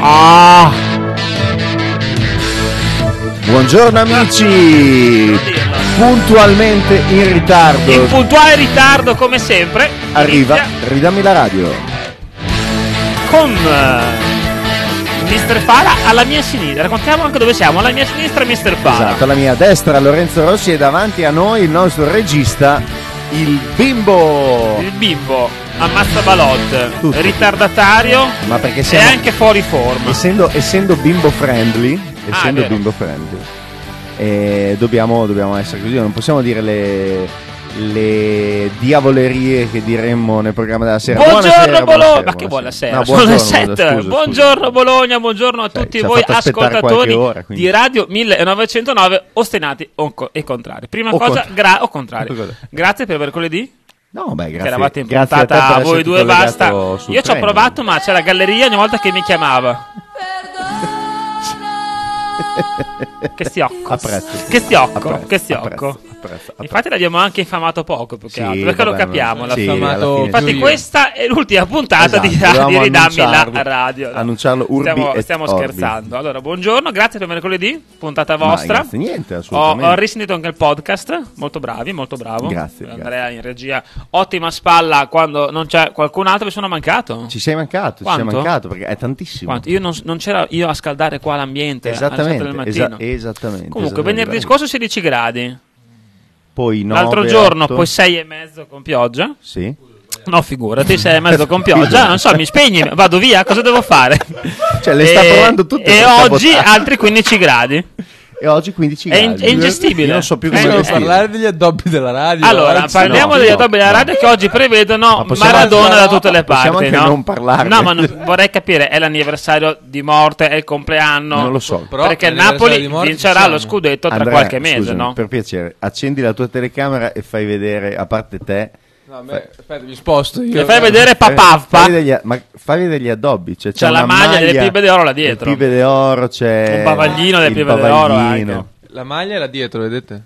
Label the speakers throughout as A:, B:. A: Ah. Buongiorno amici! Puntualmente in
B: In
A: ritardo
B: puntuale ritardo come sempre.
A: arriva
B: inizia
A: Ridammi la radio.
B: Con eh, Mr. Fala alla mia sinistra. Raccontiamo anche dove siamo. Alla mia sinistra Mr. Fala.
A: Esatto, alla mia destra Lorenzo Rossi e davanti a noi il nostro regista, il bimbo.
B: Il bimbo ammazza Balot.
A: Tutto.
B: Ritardatario.
A: Ma perché
B: E
A: siamo...
B: anche fuori forma. Ah,
A: Essendo, essendo bimbo friendly, essendo
B: vero.
A: bimbo friendly, eh, dobbiamo, dobbiamo essere così, non possiamo dire le, le diavolerie che diremmo nel programma della sera.
B: Buongiorno
A: Buonasera,
B: Bologna,
A: buonasera,
B: ma che buonasera,
A: No,
B: sono le
A: buongiorno,
B: sette.
A: scusa, scusa.
B: buongiorno Bologna, buongiorno a
A: Cioè,
B: tutti
A: ci ha
B: voi
A: fatto aspettare
B: ascoltatori
A: qualche ora, quindi.
B: di Radio 1909 ostinati o co- e contrari. Prima
A: O
B: cosa,
A: contra-
B: gra- o contrari.
A: O contrari.
B: grazie per mercoledì.
A: No, beh,
B: che eravate
A: grazie,
B: in
A: grazie a te
B: puntata
A: per
B: a,
A: esserti
B: voi due
A: collegato
B: basta.
A: sul
B: Io ci ho
A: treno.
B: provato, ma c'è la galleria ogni volta che mi chiamava. che stiocco.
A: Apprezzo.
B: Che stiocco,
A: Apprezzo,
B: che stiocco.
A: apprezzo, apprezzo,
B: Infatti l'abbiamo anche infamato poco, più che
A: Sì,
B: altro, perché lo
A: vabbè,
B: capiamo.
A: non-
B: la
A: sì,
B: fama-
A: alla fine.
B: Infatti
A: Sì.
B: questa è l'ultima puntata di-
A: Esatto,
B: di,
A: dovevamo
B: Ridammi la
A: annunciarlo.
B: radio.
A: Annunciarlo urbi
B: stiamo
A: et
B: stiamo
A: orbi.
B: scherzando. Allora, buongiorno, grazie per mercoledì, puntata
A: Ma
B: vostra.
A: grazie, niente,
B: Ho,
A: assolutamente.
B: ho risentito anche il podcast, molto bravi, molto bravo.
A: Grazie,
B: Andrea in regia, ottima spalla quando non c'è qualcun altro, mi sono mancato.
A: Ci sei mancato, ci
B: Quanto?
A: sei mancato perché è tantissimo.
B: Quanto? Io non, non c'era io a scaldare qua l'ambiente alle sette
A: Esattamente,
B: del
A: esa-
B: mattino.
A: esattamente.
B: Comunque,
A: esattamente.
B: venerdì scorso 16 gradi,
A: Poi nove,
B: l'altro giorno
A: otto.
B: poi 6 e mezzo con pioggia.
A: Sì.
B: No, figurati, 6 e mezzo con pioggia. Non so, mi spegni, vado via, cosa devo fare?
A: Cioè, le sta
B: E-
A: provando tutte
B: E
A: per
B: oggi
A: sabotare.
B: altri 15 gradi.
A: E oggi 15
B: È in-
A: gradi.
B: è ingestibile.
A: Io non so più
B: Eh,
A: come
B: non
C: Possiamo
A: gestire.
C: parlare degli addobbi della radio.
B: Allora,
C: anzi,
B: parliamo
A: no,
B: degli
A: no,
B: addobbi della
A: no.
B: radio che oggi prevedono
A: Ma possiamo
B: Maradona
C: anche-
B: da tutte le parti.
A: possiamo anche
B: no?
A: non parlarne.
B: No, ma non- vorrei capire: è l'anniversario di morte, è il compleanno.
A: Non lo so.
C: Però
B: perché
C: per l'anniversario
B: Napoli
C: di morte
B: vincerà
C: ci siamo.
B: lo scudetto tra
A: Andrea,
B: qualche mese,
A: scusami,
B: no?
A: Per piacere, accendi la tua telecamera e fai vedere, a parte te,
C: No, a me- aspetta, mi sposto io.
B: E fai vedere Papappa.
A: fai Eh, degli, ma fai degli addobbi. Cioè, c'è
B: C'è la
A: una
B: maglia delle Pibe d'Oro là dietro.
A: Le pibe d'oro, c'è
B: Un bavaglino delle
A: il
B: Pibe d'Oro
A: bavaglino.
B: anche.
C: La maglia era dietro, vedete?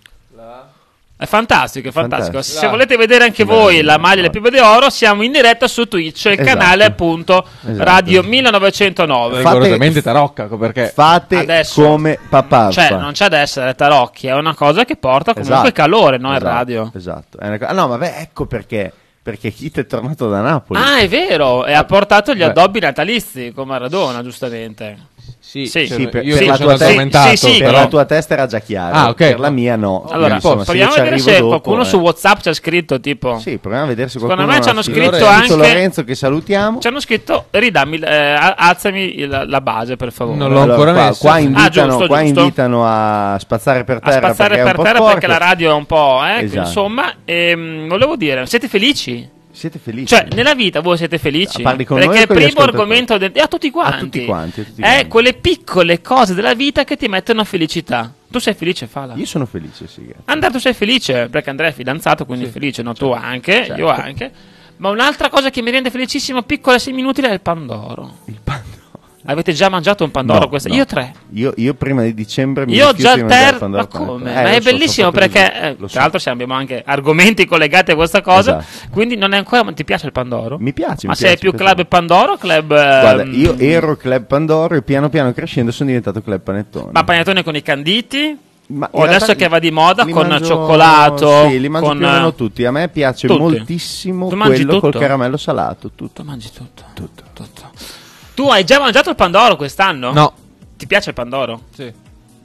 B: È fantastico, è fantastico.
A: Fantastico.
B: Se volete vedere anche
A: Bello,
B: voi la maglia
A: bello.
B: del Pibe d'Oro, siamo in diretta su Twitch, il
A: Esatto.
B: canale appunto
A: Esatto.
B: Radio 1909.
A: Fate-
C: Rigorosamente tarocca, perché
A: Fate
B: Adesso-
A: come papà.
B: Cioè, non c'è da essere tarocchi, è una cosa che porta comunque
A: Esatto.
B: calore, no? È
A: Esatto,
B: radio.
A: Esatto. È una co- ah, no, vabbè, ecco perché. Perché Kit è tornato da Napoli.
B: Ah, è vero, e ha
A: Eh,
B: portato gli
C: Beh.
B: addobbi natalizi con Maradona, giustamente.
C: sì,
B: Sì,
C: cioè,
B: sì,
C: io
A: per-
C: mi
A: per la
C: sono
A: tua te-
C: addormentato,
B: sì, sì,
A: per
C: però
A: la tua testa era già chiaro.
C: Ah, ok.
A: Per la mia no.
B: Allora,
A: Quindi, insomma,
B: proviamo
A: io
B: a
A: ci
B: vedere se
A: arrivo dopo,
B: qualcuno
A: eh.
B: su WhatsApp ci ha scritto: tipo,
A: Sì, proviamo a vedere se
B: Secondo
A: qualcuno
B: me ci
A: ha
B: hanno
A: scritto.
B: scritto
A: Lorenzo
B: anche-
A: Lorenzo che salutiamo.
B: ci hanno scritto, ridammi, eh, a- alzami il- la base per favore.
C: Non l'ho ancora
A: qua,
C: messo.
A: qua
C: Ah,
A: invitano,
B: giusto,
A: qua
B: giusto.
A: invitano a spazzare per
B: a
A: terra
B: spazzare
A: perché è
B: per
A: un po'
B: terra perché la
A: sporco.
B: radio è un po', eh,
A: Esatto.
B: insomma, ehm, volevo dire, siete felici?
A: Siete felici?
B: Cioè, nella vita voi siete felici?
A: Ah, Parli con
B: Perché
A: noi o
B: il
A: con gli
B: primo
A: ascoltatori?
B: argomento del... e a tutti quanti.
A: A tutti quanti, a tutti
B: È
A: quanti.
B: quelle piccole cose della vita che ti mettono a felicità. Tu sei felice, Fala?
A: Io sono felice, sì. grazie.
B: Andrea, tu sei felice? Perché Andrea è fidanzato, quindi è felice, no? Tu anche,
A: Certo.
B: io anche. Ma un'altra cosa che mi rende felicissimo, piccola e seminutile, è il pandoro.
A: Il pandoro.
B: Avete già mangiato un pandoro
A: No,
B: questa?
A: no.
B: Io tre.
A: Io, io prima di dicembre mi
B: Io ho
A: rifiuto
B: già
A: di
B: il
A: mangiare il
B: terzo.
A: pandoro
B: Ma
A: con la
B: come?
A: panna.
B: Ma
A: Eh,
B: è
A: lo so,
B: bellissimo
A: sono proprio
B: perché,
A: così,
B: eh,
A: lo so.
B: tra l'altro, se abbiamo anche argomenti collegati a questa cosa.
A: Esatto.
B: Quindi non è ancora. Ma ti piace il Pandoro?
A: Mi piace,
B: Ma
A: mi
B: sei
A: piace,
B: più
A: mi
B: club
A: piace.
B: Pandoro o club.
A: Guarda,
B: ehm,
A: io ero Club Pandoro e piano piano crescendo sono diventato Club Panettone.
B: Ma panettone con i canditi?
A: Ma
B: o
A: in realtà
B: adesso che va di moda
A: li
B: con
A: mangio-
B: cioccolato?
A: Sì, li mangio
B: con...
A: più o meno tutti. A me piace
B: tutti.
A: moltissimo
B: Tu mangi
A: quello col
B: tutto?
A: caramello salato. Tutto.
B: Tu mangi tutto. Tutto. Tu hai già mangiato il Pandoro quest'anno?
C: no.
B: Ti piace il Pandoro?
C: Sì.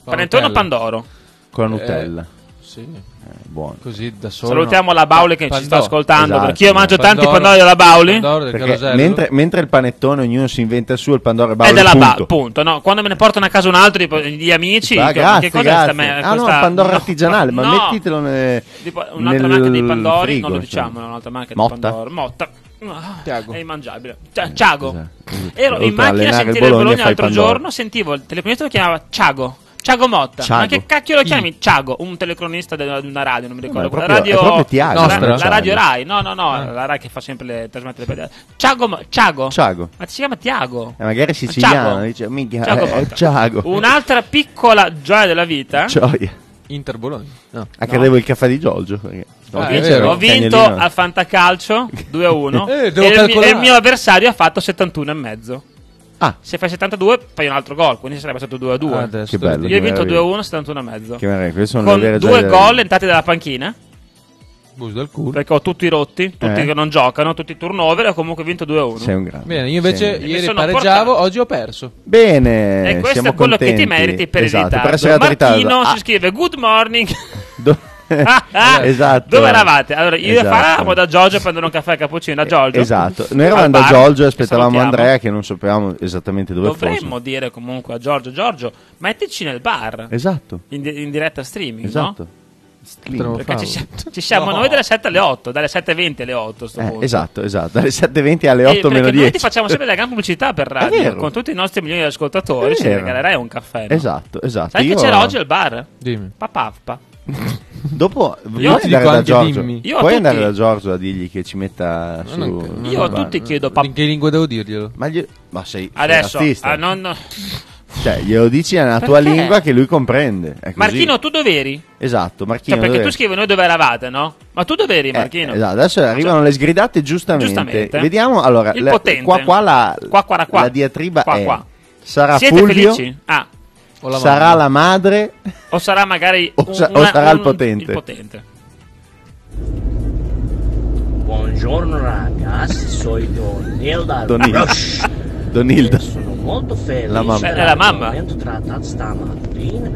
B: Panettone o
C: Nutella.
B: Pandoro?
A: Con la Nutella.
C: Sì.
A: Eh, buono.
C: Così da solo.
B: Salutiamo
C: no.
B: la Bauli che ci sta
C: Pandoro.
B: ascoltando.
A: Esatto.
B: Perché io mangio tanti
C: Pandoro,
B: Pandori della Bauli.
C: Pandoro del
A: Perché
C: Carosello.
A: mentre, mentre il panettone ognuno si inventa il suo, il pandoro è
B: È
A: Bauli,
B: della ba-
A: punto.
B: punto. No, quando me ne portano a casa un altro tipo, gli amici,
A: Ah,
B: che-
A: grazie,
B: che cosa
A: grazie.
B: sta me-
A: ah, no,
B: questa-
A: il pandoro
B: no,
A: artigianale, ma
B: no.
A: mettitelo ne-
B: Tipo, un'altra
A: nel
B: marca dei Pandori,
A: frigo,
B: non lo
A: insomma.
B: diciamo, è un'altra marca
A: Motta?
B: di Pandoro. Motta. Ah,
C: Tiago.
B: È immangiabile. Cioè, Ciago.
A: Esatto.
B: Ero
A: Oltre
B: in macchina a
A: allenare il
B: sentire il
A: Bologna,
B: Bologna
A: fai
B: l'altro
A: Pandoro.
B: giorno, sentivo il telecronista che lo chiamava Ciago. Ciago Motta. Ma
A: Ciago.
B: che cacchio lo chiami? Ciago, un telecronista di una radio, non mi ricordo.
A: ma è
B: quella
A: proprio-
B: radio...
A: è proprio Tiago, cioè,
B: la-
C: non
B: La,
C: Ciago.
B: radio Rai. No, no, no,
A: Eh.
B: la Rai che fa sempre le trasmette le pedate. Ciago, Mo- Ciago.
A: Ciago.
B: Ma si chiama Tiago.
A: Eh, magari è siciliano,
B: Ciago.
A: dice, minchia,
B: Ciago
A: eh, è
B: Motta.
C: Esatto.
A: Ciago.
B: Un'altra piccola gioia della vita.
C: Cioè,
A: Gioia.
C: Inter Bologna. No.
A: Ah, credevo il caffè di Giorgio. perché-
C: Ah,
A: che c'era
C: è vero.
A: il
B: Eh, Ho vinto
A: cagnolino.
B: al Fantacalcio 2-1
C: Eh,
B: e,
C: devo
B: il mio,
C: calcolare.
B: e il mio avversario ha fatto 71,5.
A: Ah,
B: Se fai 72 fai un altro gol, quindi sarebbe stato 2 a 2.
A: Che bello.
B: Io ho vinto
A: meraviglia.
B: 2 a 1, 71 e mezzo.
A: Ah, che meraviglia, queste sono
B: Con
A: le vere
B: due
A: gioie
B: gol entrati dalla panchina,
C: Bus del culo.
B: perché ho tutti rotti, tutti
A: Eh.
B: che non giocano, tutti turnover, e ho comunque vinto 2 a 1.
A: Sei un grande.
C: Bene, io invece
A: Sei-
C: ieri
B: sono
C: pareggiavo,
B: portato.
C: oggi ho perso.
A: Bene,
B: E questo
A: eh, siamo
B: è quello che ti
A: contenti.
B: meriti per
A: esatto,
B: il ritardo.
A: per essere
B: Martino
A: in ritardo. Ah,
B: ci scrive good morning.
A: Do- esatto.
B: Ah, Dove eravate? Allora, io
A: Esatto.
B: eravamo da Giorgio a prendere un caffè e cappuccino a Giorgio.
A: Esatto, noi
B: Al
A: eravamo da
B: bar,
A: Giorgio e
B: che
A: aspettavamo
B: salutiamo.
A: Andrea che non sapevamo esattamente dove
B: Dovremmo
A: fosse.
B: dire comunque a Giorgio, Giorgio, mettici nel bar
A: Esatto,
B: in, di- in diretta streaming,
A: esatto.
B: no?
A: Stream.
C: Potremmo-
B: Perché ci,
C: Bravo.
B: sia- ci siamo
C: No.
B: noi dalle 7 alle 8, dalle 7.20 alle 8 sto
A: Eh,
B: punto.
A: esatto, esatto, dalle 7.20 alle
B: Eh,
A: 8
B: perché
A: meno
B: noi
A: 10.
B: ti facciamo sempre della gran pubblicità per radio
A: vero.
B: con tutti i nostri milioni di ascoltatori
A: È
B: ci
A: vero.
B: regalerai un caffè no?
A: Esatto, esatto.
B: sai
A: Io-
B: che c'era oggi al bar?
C: Dimmi.
B: papappa
A: Dopo puoi
B: ti
A: andare
C: dico
A: da
C: anche
A: Giorgio.
C: dimmi.
B: Io a
A: Puoi
B: tutti-
A: andare da Giorgio a dirgli che ci metta su.
C: Non- non-
B: Io a
C: non-
B: tutti chiedo,
C: non-
B: pap-
C: In che lingua devo dirglielo?
A: Ma, gli- ma sei sei
B: adesso
A: razzista.
B: ah, non- no.
A: Cioè, glielo dici nella tua
B: Perché?
A: lingua che lui comprende. È così.
B: Marchino tu dov'eri?
A: Esatto,
B: Cioè,
A: Marchino.
B: perché
A: dove-
B: tu scrivi noi dove eravate no? ma tu dov'eri
A: Eh,
B: Marchino?
A: esatto, adesso arrivano le sgridate giustamente.
B: Giustamente.
A: Vediamo, allora,
B: Il
A: la-
B: potente.
A: qua qua la,
B: Qua, qua, qua.
A: la diatriba
B: Qua,
A: è
B: qua.
A: sarà
B: siete
A: Fulvio,
B: felici? ah
C: O la
A: sarà
C: mamma?
A: la madre.
B: o sarà magari
A: O
B: un-
A: sa- o
B: una-
A: sarà il
B: un-
A: potente.
B: il potente
D: Buongiorno ragazzi, sono Neil da
A: Donilda.
D: Rush.
A: Donilda.
D: E Sono molto felice
A: La mamma.
D: per
B: Eh, la mamma.
D: l'argomento trattato stamattina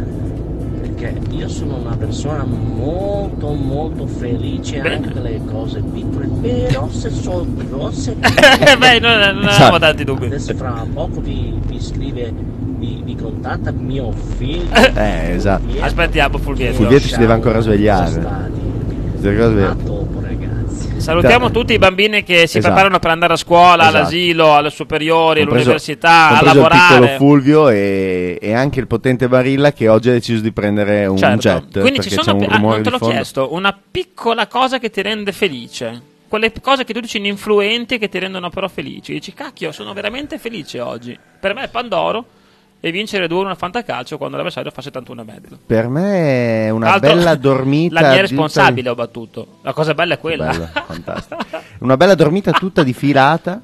D: perché io sono una persona molto molto felice
B: Bene.
D: anche delle cose piccole, però se sono grosse
B: beh non, non avevamo
A: Esatto.
B: tanti dubbi
D: adesso fra poco vi, vi scrive, vi, vi contatta mio figlio.
A: Eh, esatto.
D: Fulvietto,
B: aspettiamo Fulvietto
A: Fulvietto si deve ancora
D: Ciao,
A: svegliare.
D: sono stati.
A: Deve ancora svegliare.
D: A dopo ragazzi.
B: Salutiamo tutti i bambini che si
A: Esatto.
B: preparano per andare a scuola,
A: Esatto.
B: all'asilo, alle superiori,
A: compreso-
B: all'università, a
A: compreso il
B: lavorare.
A: piccolo Fulvio e, e anche il potente Barilla che oggi ha deciso di prendere un
B: Certo.
A: jet
B: Quindi ci
A: perché
B: sono,
A: c'è un
B: ah,
A: rumore
B: non te
A: di
B: l'ho
A: fondo.
B: chiesto, una piccola cosa che ti rende felice. Quelle p- cose che tu dici influenti che ti rendono però felici. Dici, cacchio, sono veramente felice oggi. Per me è Pandoro e vincere 2-1 al fantacalcio quando l'avversario fa 71 mezzo.
A: Per me è una
B: Tra l'altro,
A: bella dormita.
B: La mia
A: tutta-
B: responsabile ho battuto. La cosa bella è quella.
A: Bella, fantastica. Una bella dormita tutta di filata.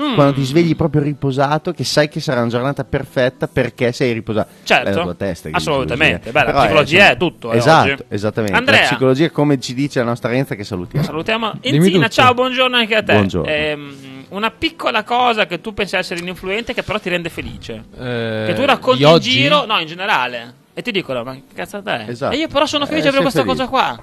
B: Mm.
A: Quando ti svegli proprio riposato, che sai che sarà una giornata perfetta perché sei riposato.
B: Certo.
A: È la tua testa. che
B: Assolutamente.
A: dice così, eh.
B: Beh, la
A: Però
B: psicologia è tutto, eh,
A: Esatto,
B: oggi.
A: esattamente.
B: Andrea.
A: La psicologia, è come ci dice la nostra Renza, che salutiamo.
B: Salutiamo
C: Dimmi
B: Enzina,
C: tutto.
B: ciao, buongiorno anche a te.
A: Buongiorno.
B: Ehm, una piccola cosa che tu pensi essere ininfluente che però ti rende felice.
C: Eh,
B: che tu racconti
C: di oggi?
B: in giro, no, in generale. E ti dicono, ma che cazzata è?
A: Esatto.
B: E io però sono felice
A: Eh,
B: per questa
A: sei felice.
B: cosa qua.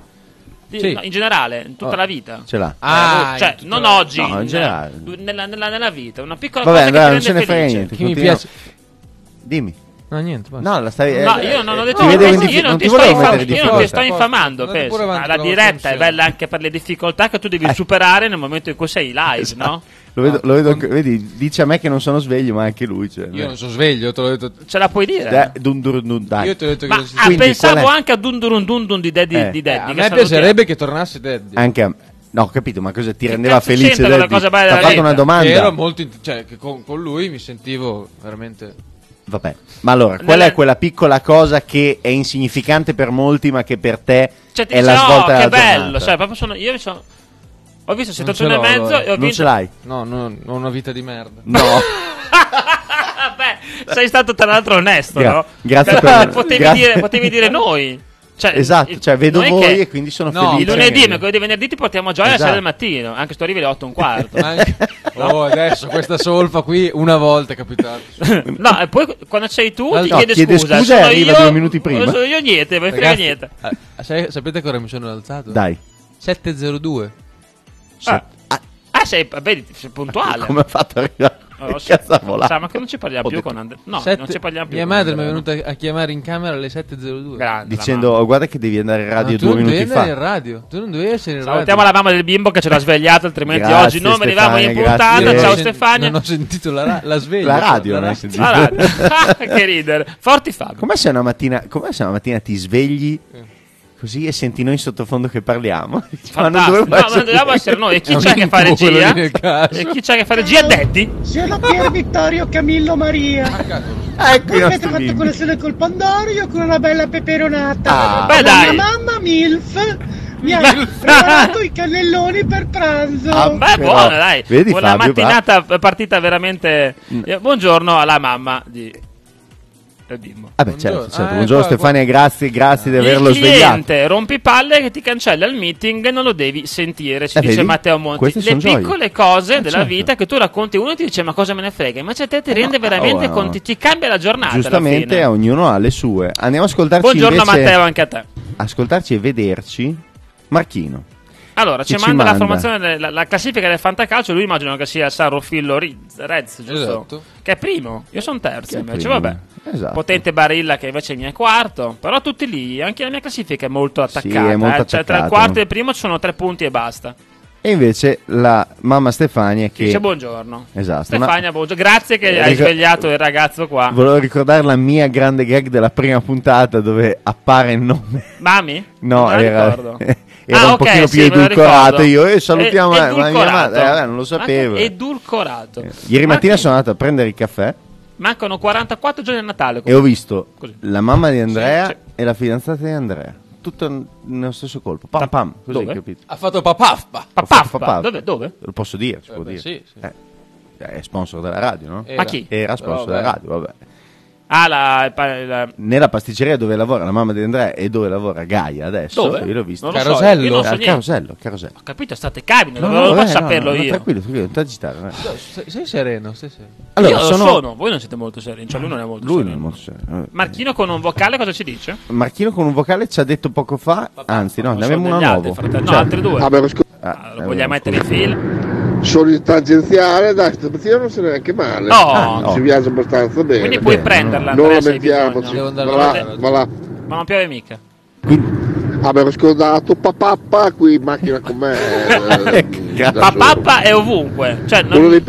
B: Di-
C: Sì.
B: no, in generale, in tutta
A: Oh,
B: la vita. Eh,
A: Ce l'ha.
C: Ah,
B: cioè,
C: in tutta
B: non
C: la-
B: oggi,
A: No, in
B: in-
A: generale.
B: du- nella, nella- nella vita. Una piccola
A: Vabbè,
B: cosa
A: Andrea,
B: che
A: non
B: ti
A: ce
B: rende
A: ne frega
B: felice.
A: niente.
C: Che mi
A: continuiamo.
C: piace-
A: Dimmi.
C: No, niente, basta.
A: No, la stavi.
B: No,
A: eh,
B: io non ho
A: eh,
B: detto
A: ti
B: niente,
A: vedevo
B: io
A: in dif-
B: non ti
A: ti
B: sto
A: volevo
B: infa-
A: mettere
B: io non ti sto
A: difficoltà.
B: infamando.
C: Andate
B: penso.
C: pure avanti
B: Ma la
C: con la
B: diretta è
C: trasmissione.
B: bella anche per le difficoltà che tu
A: Eh.
B: devi superare nel momento in cui sei live,
A: Esatto.
B: no?
A: Lo vedo, lo vedo- vedi, dice a me che non sono sveglio, ma anche lui. Cioè,
C: Io non sono sveglio, te l'ho detto.
B: Ce la puoi dire?
A: Dai, dun dun dun, dai.
C: Io ti ho detto
B: Ma
C: che
B: ah,
A: Eh. Quindi,
B: pensavo
A: qual è?
B: anche a Dun Dun Dun Dun di Daddy.
A: Eh.
B: di Daddy,
C: a
B: che
C: me
B: salutiamo.
C: piacerebbe che tornassi Teddy.
A: Anche a me. No, ho capito, ma cosa ti
B: Che
A: rendeva
B: cazzo
A: felice?
B: c'entra la
A: Daddy?
B: cosa bella
A: T'ho
B: della
A: fatto una
B: vita?
A: domanda.
C: Che ero molto int- cioè, che con, con lui mi sentivo veramente.
A: Vabbè, ma allora, qual
B: Nella-
A: è quella piccola cosa che è insignificante per molti, ma che per te
B: Cioè, ti
A: è
B: dice,
A: la
B: "Oh,
A: svolta della
B: che bello!
A: giornata"?
B: Cioè, proprio sono, io mi sono. Ho visto
C: Non
B: 71 e
C: ce l'ho,
B: mezzo
C: allora.
B: e ho
A: non
B: vinto.
A: ce l'hai?
C: No, non ho una vita di merda.
A: No,
B: Ah, beh, sei stato tra l'altro onesto,
A: Gra-
B: no?
A: grazie
B: Cioè,
A: per-
B: potevi,
A: grazie.
B: Dire, potevi dire noi. Cioè,
A: esatto,
B: il-
A: cioè vedo
B: non è
A: voi
B: che
A: e quindi sono
C: No,
B: Il
A: felice.
B: lunedì,
C: Cioè,
B: mercoledì e venerdì ti portiamo gioia alle
A: Esatto.
B: 6 del mattino, anche se tu arrivi alle 8 e un quarto.
C: Anche... Oh, adesso questa solfa qui una volta è capitata.
B: no, e poi quando sei tu ti
A: No,
B: chiede,
A: chiede
B: scusa.
A: scusa e
B: sono
A: arriva
B: io,
A: due minuti prima.
B: Sono io niente, non frega
C: Ragazzi,
B: niente.
C: ah, sai- sapete che ora mi sono alzato?
A: Dai, Cioè,
C: 702.
B: Ah, ah, sei, vedi, sei puntuale.
A: come ha fatto a arrivare?
B: Allora,
A: Che cazzo ha volato?
B: sa, ma che non ci parliamo
A: Ho
B: più
A: detto-
B: con Andrea. No,
C: Sette-
B: non ci parliamo più.
C: Mia
B: con
C: madre mi è
B: Andrea,
C: venuta a chiamare in camera alle 702.
B: no. Grande,
A: Dicendo, "Oh, guarda che devi andare in
C: Ma
A: radio
C: Ah, tu
A: due
C: non
A: minuti
C: devi andare in
A: fa.
C: radio. Tu non dovevi essere in radio.
B: Salutiamo la mamma del bimbo che ce l'ha svegliato, altrimenti
A: Grazie,
B: oggi non
A: Stefania,
B: venivamo in
A: grazie.
B: puntata.
A: Io
B: Ciao
A: non-
B: Stefania.
C: Non ho sentito la, ra- la sveglia.
A: La radio non hai
C: sentito.
A: sentito.
B: Allora, che ridere. Forti Fabio.
A: Com'è se una mattina, com'è se una mattina ti svegli così e senti noi in sottofondo che parliamo? Ma non
B: Fantastico.
A: dovevamo
B: No, ma non dovevamo essere noi. E chi c'è che fa
C: Quello
B: regia?
C: lì nel caso.
B: E chi c'è che fa regia? Daddy?
E: Sono Pier Vittorio Camillo
B: Ah,
E: Maria.
A: Ecco i
E: Avete
A: nostri
E: fatto
A: bimbi.
E: colazione col Pandorio con una bella peperonata.
A: Ah.
B: Beh,
E: La
B: dai.
E: mia mamma Milf Mi ha regalato i cannelloni per pranzo.
A: Ah,
B: Beh,
A: Però,
B: buono, dai.
A: vedi,
B: Una
A: Fabio, Mm.
B: mattinata è partita veramente. Eh, Buongiorno alla mamma di. del bimbo.
A: Vabbè,
C: Buongiorno.
A: certo, certo.
C: Ah,
A: Buongiorno
C: qua-
A: Stefania, grazie, grazie di averlo
B: Eh, il
A: svegliato.
B: cliente rompipalle che ti cancella il meeting e non lo devi sentire, ci
A: Eh,
B: dice
A: vedi?
B: Matteo Monti.
A: Queste
B: Le
A: son gioie.
B: piccole cose
A: Eh,
B: della
A: certo.
B: vita che tu racconti uno e ti dice ma cosa me ne frega, invece a te ti rende
A: no,
B: veramente
A: no.
B: conti, ti cambia la giornata. Ah, alla
A: Giustamente,
B: fine.
A: ognuno ha le sue. Andiamo a ascoltarci
B: Buongiorno
A: invece,
B: Matteo anche a te.
A: ascoltarci e vederci Marchino.
B: Allora, ci
A: Chi ci
B: manda, la
A: manda?
B: formazione, del- la, la classifica del fantacalcio. Lui immagino che sia San Ruffillo Riz- Rez, giusto?
C: Esatto.
B: Che è primo. Io sono terzo
A: Che è
B: invece,
A: primo.
B: vabbè.
A: Esatto.
B: Potente Barilla che invece è il mio quarto. Però tutti lì, anche la mia classifica è molto attaccata.
A: è molto
B: eh. Cioè, tra il
A: attaccata.
B: quarto e il primo ci sono tre punti e basta.
A: E invece la mamma Stefania
B: Ti
A: che
B: Dice buongiorno.
A: Esatto.
B: Stefania,
A: Una-
B: buongiorno. Grazie che
A: Eh,
B: hai
A: dico-
B: svegliato il ragazzo qua.
A: Volevo ricordare la mia grande gag della prima puntata dove appare il nome.
B: Mami?
A: No,
B: Non la
A: era,
B: ricordo.
A: era
B: Ah,
A: un
B: ok,
A: pochino
B: sì,
A: più
B: me lo
A: edulcorato.
B: ricordo.
A: Io eh, salutiamo
B: Eh,
A: eh, ma mia
B: edulcorato.
A: madre. Eh, vabbè, non lo sapevo. Eh,
B: Manca- edulcorato.
A: Ieri mattina
B: Manca-
A: sono andato a prendere il caffè
B: Mancano 44 giorni a Natale.
A: e ho visto
B: Così.
A: la mamma di Andrea
B: Sì,
A: e la fidanzata di Andrea. Tutto n- nello stesso colpo. Pam
B: Ta-
A: pam, così,
B: dove?
A: capito?
C: Ha fatto papaffa.
B: Papà,
A: Fa- fa- fa-
B: dove? dove?
A: Lo posso dire, si
C: Eh,
A: può
C: beh,
A: dire.
C: sì, sì.
A: Eh, è sponsor della radio, no?
B: Ma chi?
A: Era sponsor
C: Vabbè.
A: della radio, vabbè.
B: Ah, la, il pa- la-
A: Nella pasticceria dove lavora la mamma di Andrea e dove lavora Gaia adesso,
B: dove?
A: io l'ho visto.
B: Non lo
C: Carosello?
B: So, io non so
A: Al
B: niente.
A: carosello, carosello.
B: Ho capito, state cabine,
A: No,
B: non
A: no,
B: posso
A: vabbè, no,
B: saperlo
A: no, no,
B: io.
A: tranquillo, tranquillo, non ti agitare. no.
C: Sei, sei sereno, sei sereno.
A: Allora,
B: io lo
A: sono-
B: sono, voi non siete molto sereni, cioè lui non è molto
A: Lui non è
B: sereno.
A: molto serio.
B: Marchino con un vocale cosa ci dice?
A: eh, Marchino con un vocale ci ha detto poco fa, anzi no,
B: Non so,
A: ne avevamo
B: degli
A: una
B: altri,
A: nuova. Cioè, eh,
B: fratello. No, altri due.
F: Vabbè, scu-
B: Ah, lo vogliamo mettere in film?
F: sono in tangenziale, dai, stamattina non se neanche male.
B: No. Ah,
A: no.
F: Si viaggia abbastanza bene.
B: Quindi puoi
A: bene,
B: prenderla.
F: non
B: Andrea, se hai
F: lamentiamoci.
B: bisogno.
C: Devo andare
F: Va
C: a
F: là,
C: lavorare.
F: va là.
B: Ma non piove mica.
F: Avevo scordato papappa qui in macchina con me. eh, da
A: Gra-
F: solo.
B: Papà è ovunque. Cioè, non-
F: Uno dei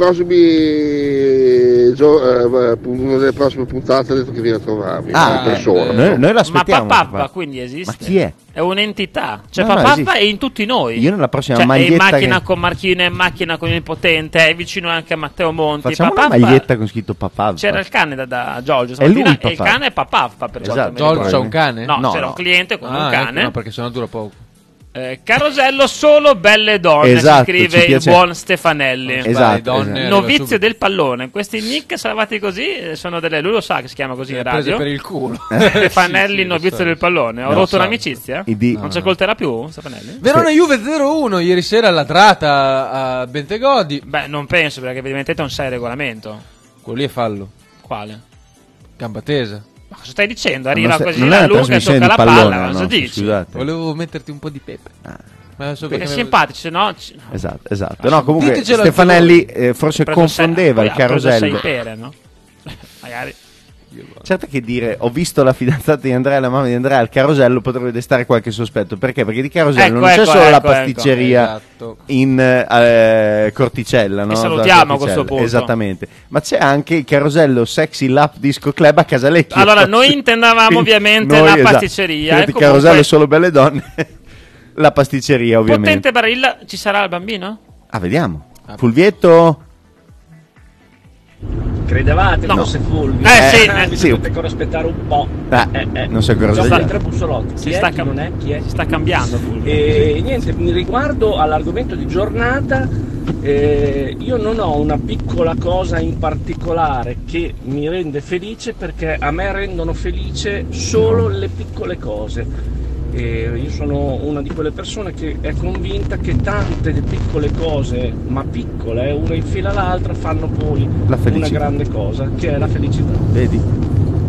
F: prossimi gio- eh, una delle prossime puntate ha detto che viene a
C: Eh,
F: trovarmi.
A: Ah,
F: una persona.
A: noi, noi
B: Ma
A: l'aspettiamo.
B: papà
A: papà.
B: quindi esiste?
A: Ma chi è?
B: È un'entità. Cioè
A: No, no,
B: papà
A: esiste.
B: è in tutti noi.
A: Io nella prossima
B: cioè, è in
A: maglietta
B: macchina
A: che-
B: con Marchino, è in macchina con il potente, è vicino anche a Matteo Monti.
A: Facciamo
B: Papà
A: una maglietta con scritto papà.
B: C'era il cane da, da Giorgio
A: È lui
B: stamattina e il
A: papà.
B: cane è papà per
A: Esatto.
B: quanto mi
A: Giorgio
C: Giorgio
B: ricordo.
C: c'ha un cane?
B: No,
A: No,
B: c'era
A: no.
B: un cliente con
C: Ah,
B: un
C: ecco,
B: cane.
C: no, perché sennò dura poco.
B: Eh, Carosello solo belle donne,
A: Esatto,
B: ci scrive
A: ci
B: il
A: piace-
B: buon Stefanelli.
A: Esatto,
C: Vai, donne,
A: esatto.
B: Novizio
C: subito.
B: del pallone, questi nick salvati così eh, sono delle. Lui lo sa che si chiama così in
C: Prese
B: radio.
C: per il culo.
A: Eh,
B: Stefanelli,
C: Sì, sì, lo
B: novizio
C: so.
B: del pallone. Ho
C: No,
B: rotto
C: so.
B: un'amicizia?
A: I di-
B: Non ci ascolterà più, Stefanelli?
C: Verona Juve 0-1 ieri sera alla trata a Bentegodi.
B: Beh, non penso, perché evidentemente non sai il regolamento.
C: Quello lì è fallo.
B: Quale?
C: Gamba tesa.
B: Ma cosa stai dicendo? Arriva
A: non,
B: così
A: non è
B: la
A: una
B: lunga e
A: trasmissione
B: tocca
A: di
B: la
A: pallone,
B: palla. Cosa
A: no,
B: dici?
A: Scusate.
C: Volevo metterti un po' di pepe.
A: Ah.
C: Ma so
B: Perché
C: perché-
B: è simpatico, se no. c-
A: Esatto, esatto. No, comunque
C: Ditecelo
A: Stefanelli
C: anche
A: eh, forse
B: ha preso sei-
A: confondeva
B: poi
A: il
B: ha preso
A: carosello.
B: sei pere, no? Magari.
A: Certo che dire ho visto la fidanzata di Andrea e la mamma di Andrea al carosello potrebbe destare qualche sospetto. Perché? Perché di carosello
B: Ecco,
A: non c'è
B: ecco,
A: solo la
B: ecco, ecco.
A: pasticceria
C: Esatto.
A: in eh, Corticella. No? Esatto,
B: salutiamo a
A: Corticella,
B: questo punto.
A: Esattamente. Ma c'è anche il carosello Sexy Lap Disco Club a Casalecchi.
B: Allora, noi intendavamo
A: Quindi
B: ovviamente la
A: esatto.
B: pasticceria,
A: Senti,
B: e comunque-
A: carosello solo belle donne. la pasticceria ovviamente.
B: Potente Barilla, ci sarà il bambino?
A: Ah, vediamo. Fulvietto...
G: Credevate
B: No.
G: fosse Fulvio?
B: Eh, sì,
G: Ah,
B: eh,
G: vi
A: sì.
G: dovete ancora aspettare un po'. Eh,
A: Ah, non so cosa
G: Sono
A: svegliare.
G: tre bussolotti. Chi
B: Si
G: è,
B: sta
G: chi
B: cam-
G: non è, chi è?
B: Si sta cambiando. Fulvio.
G: E niente, riguardo all'argomento di giornata, eh, io non ho una piccola cosa in particolare che mi rende felice perché a me rendono felice solo le piccole cose. E io sono una di quelle persone che è convinta che tante piccole cose, ma piccole, eh, una in fila all'altra, fanno poi
A: La
G: una
A: felicità.
G: grande cosa, che è la felicità.
A: Vedi? No,
B: È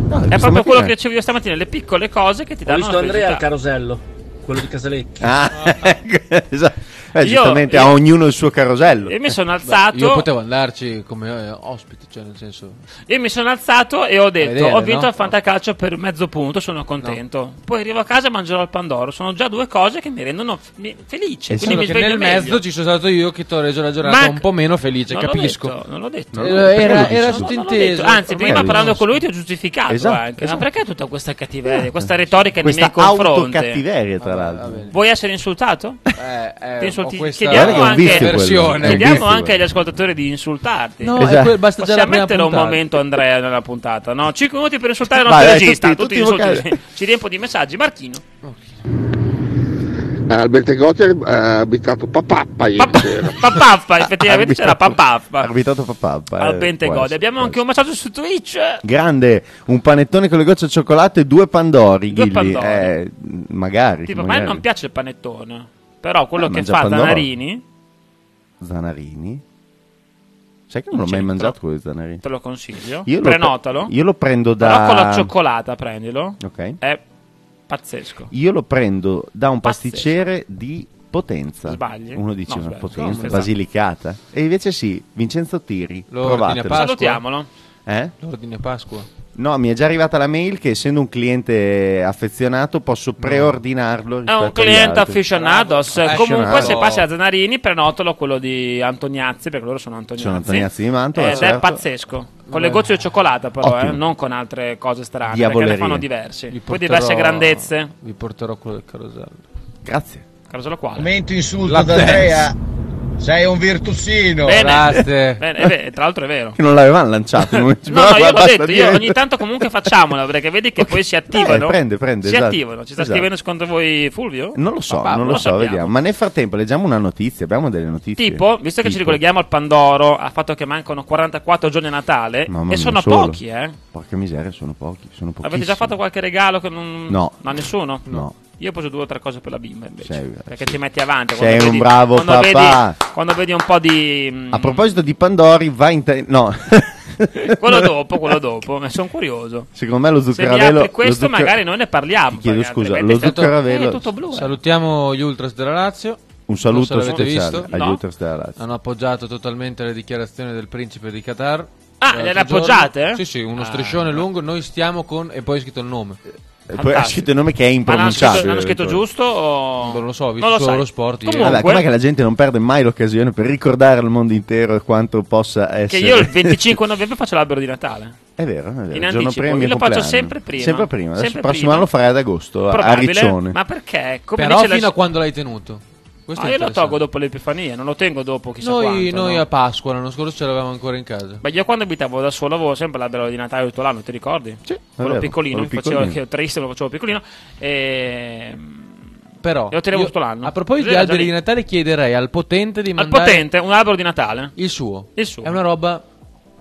A: questa
B: proprio
A: mattina-
B: quello che dicevo io stamattina, le piccole cose che ti
G: Ho
B: danno
G: visto
B: la
G: Andrea al
B: felicità.
G: carosello, quello di Casalecchi.
A: Ah, ecco, esatto. Eh,
B: Io-
A: giustamente
B: io-
A: a ognuno il suo carosello.
B: Io mi sono
C: Beh,
B: alzato.
C: Io potevo andarci come eh, ospite, cioè nel senso...
B: Io mi sono alzato e ho detto:
C: vedere,
B: Ho vinto
C: no?
B: il fantacalcio per mezzo punto, sono contento. Poi arrivo a casa e mangerò il Pandoro. Sono già due cose che mi rendono f- mi- felice.
A: E
B: quindi mi
C: Solo che
B: sveglio
C: nel
B: meglio.
C: mezzo ci sono stato io che ti ho reso la giornata
B: Ma-
C: un po' meno felice,
B: Non l'ho
C: capisco.
B: detto, non l'ho detto.
A: No,
C: Eh,
A: perché lo
C: era Eh,
A: dici?
C: era
A: No,
B: No, non l'ho
C: sottinteso.
B: detto. Anzi,
C: Ormai
B: prima
C: lo
B: parlando
C: conosco.
B: con lui ti ho giustificato
A: Esatto,
B: anche.
A: esatto.
B: Ma perché tutta questa cattiveria,
C: Eh.
A: Esatto.
B: questa retorica
A: Questa
B: nei miei confronti?
A: autocattiveria, tra
C: Vabbè,
A: l'altro. Ah,
C: va bene.
B: Vuoi essere insultato?
C: Eh, eh,
B: Ti
C: ho
B: insulti-
C: questa
B: chiediamo
A: Guarda che è un
B: anche-
A: vizio quello.
C: versione.
A: È un
B: Chiediamo
A: vizio.
B: anche agli ascoltatori di insultarti.
C: No,
A: Esatto.
C: è quel- basta già la
B: Possiamo
C: prima
B: mettere un
C: puntata.
B: momento Andrea nella puntata, no? 5 minuti per insultare il nostro
A: Vai, dai,
B: regista,
A: tutti-
B: tutti,
A: tutti
B: insulti.
A: vocali.
B: Ci riempo di messaggi, Marchino.
F: Albert Eh, Gotti ha abitato papappa ieri sera.
B: Papappa, Eh, effettivamente c'era papappa.
A: Arbitato papappa. eh,
B: Al
A: può
B: Pentegode.
A: essere, Eh,
B: Abbiamo
A: può
B: anche un messaggio su Twitch.
A: Grande, un panettone con le gocce al cioccolato e due pandori,
B: Due
A: Ghilli.
B: pandori.
A: Eh, magari.
B: Tipo, a me
A: magari.
B: non piace il panettone. Però quello
A: Ah,
B: che
A: mangia
B: fa
A: Pandoro.
B: Zanarini
A: Zanarini. Sai che non l'ho
B: In
A: mai
B: centro.
A: mangiato quello di Zanarini?
B: te lo consiglio.
A: Io lo pre-
B: Prenotalo.
A: io lo prendo da-
B: Però con la cioccolata prendilo.
A: Ok.
B: È pazzesco.
A: Io lo prendo da un
B: Pazzesco.
A: pasticcere di Potenza.
B: Sbagli?
A: Uno
B: No,
A: dice "Ma
B: sbaglio. No,
A: Potenza,
B: sbaglio.
A: Basilicata. E invece sì, Vincenzo Tiri.
C: Lo ordini a
A: Provatelo.
C: Pasqua?
B: Salutiamolo.
A: Eh?
C: L'ordine Pasqua.
A: No, mi è già arrivata la mail che essendo un cliente affezionato posso preordinarlo.
B: È
A: rispetto
B: un
A: agli
B: cliente
A: altri.
B: aficionados.
C: Bravo.
B: Comunque, se
A: Aficionado.
B: passi a Zannarini, prenotalo quello di Antoniazzi, perché loro sono Antoniazzi.
A: Sono Antoniazzi di Mantova,
B: Ed è
A: certo.
B: pazzesco. Con le gocce di cioccolata, però, eh,
A: Ottimo.
B: non con altre cose strane,
A: Diavolerie.
B: perché ne fanno diversi.
C: Vi
B: Poi
C: porterò-
B: diverse grandezze.
C: Vi porterò quello del carosello. Eh.
A: Grazie.
B: Carosella quale?
E: Momento insulto
C: La
E: ad Andrea. Sei un virtusino.
B: Bene.
C: Grazie.
B: Bene, eh beh, tra l'altro è vero.
A: Che non l'avevano lanciato. non-
B: No, no, io l'ho
A: basta
B: detto, io
A: dire.
B: ogni tanto comunque facciamola, perché vedi che poi si attivano.
A: Eh, prende, prende,
B: si
A: esatto.
B: attivano. Ci sta
A: Esatto.
B: scrivendo secondo voi Fulvio?
A: Non lo so,
B: Papà,
A: non lo, so,
B: sappiamo.
A: vediamo. Ma nel frattempo leggiamo una notizia, abbiamo delle notizie.
B: Tipo, visto che ci
A: Tipo.
B: ricolleghiamo al Pandoro, al fatto che mancano 44 giorni a Natale,
A: Mamma mia,
B: e sono
A: solo.
B: pochi, eh.
A: Porca miseria, sono pochi, sono pochissimi.
B: Avete già fatto qualche regalo che non...
A: No.
B: No, nessuno?
A: No.
B: Io ho preso due o tre cose per la bimba invece.
A: Sei-
B: perché ti metti avanti.
A: Sei
B: quando
A: un bravo
B: quando
A: papà.
B: Vedi, quando vedi un po' di... mm,
A: A proposito di Pandori, vai in... te- no.
B: Quello dopo, quello dopo. Ma sono curioso.
A: Secondo me lo
B: Se mi apri
A: zuccheravello...
B: questo
A: lo zuccher-
B: magari non ne parliamo.
A: Ti chiedo
B: perché
A: scusa,
B: altrimenti
A: lo
B: è stato-
A: zuccheravello-
B: Eh, È tutto blu. eh.
C: Salutiamo gli Ultras della Lazio.
A: Un saluto
C: Non so se l'avete
A: speciale
C: visto?
A: agli
B: No.
A: ultras della Lazio.
C: Hanno appoggiato totalmente le dichiarazioni del principe di Qatar.
B: Ah,
C: L'altro
B: le
C: giorno-
B: appoggiate?
C: Sì, sì, uno
B: Ah.
C: striscione lungo. Noi stiamo con. E poi è scritto il nome.
A: E Eh, poi ha
B: Fantastico.
A: scritto il nome che è
B: Ma l'hanno scritto,
A: impronunciabile. cioè.
B: l'hanno scritto giusto? O...
C: Non lo so, ho visto solo
B: sai.
C: lo sport ieri.
B: Comunque,
A: Vabbè, com'è che la gente non perde mai l'occasione per ricordare al mondo intero quanto possa
B: che
A: essere...
B: io il 25 novembre faccio l'albero di Natale.
A: È vero, è vero.
B: In
A: il giorno
B: anticipo,
A: prima,
B: io
A: mio
B: lo faccio
A: compleanno.
B: sempre prima.
A: Sempre prima, adesso
B: Sempre
A: il prossimo
B: prima.
A: anno lo farai ad agosto a
B: Probabile,
A: Riccione.
B: Ma perché? Come
C: Però
B: dice
C: fino
B: la...
C: a quando l'hai tenuto. Questo
B: Ah,
C: è
B: io lo
C: interessante.
B: tolgo dopo l'Epifania, non lo tengo dopo chissà
C: Noi,
B: quanto.
C: noi
B: no?
C: a Pasqua l'anno scorso ce l'avevamo ancora in casa.
B: Beh, io quando abitavo da solo avevo sempre l'albero di Natale tutto l'anno, ti ricordi? Sì. Quello
A: vero,
B: piccolino,
A: quello
B: mi facevo,
A: piccolino.
B: che ero triste, me lo facevo piccolino. E...
C: Però.
B: Lo tenevo
C: io-
B: tutto l'anno.
C: A proposito
B: Lui era
C: di alberi
B: già
C: di
B: lì.
C: Natale, chiederei al potente di
B: Al
C: mandare.
B: potente, un albero di Natale.
C: Il suo.
B: Il suo.
C: È una roba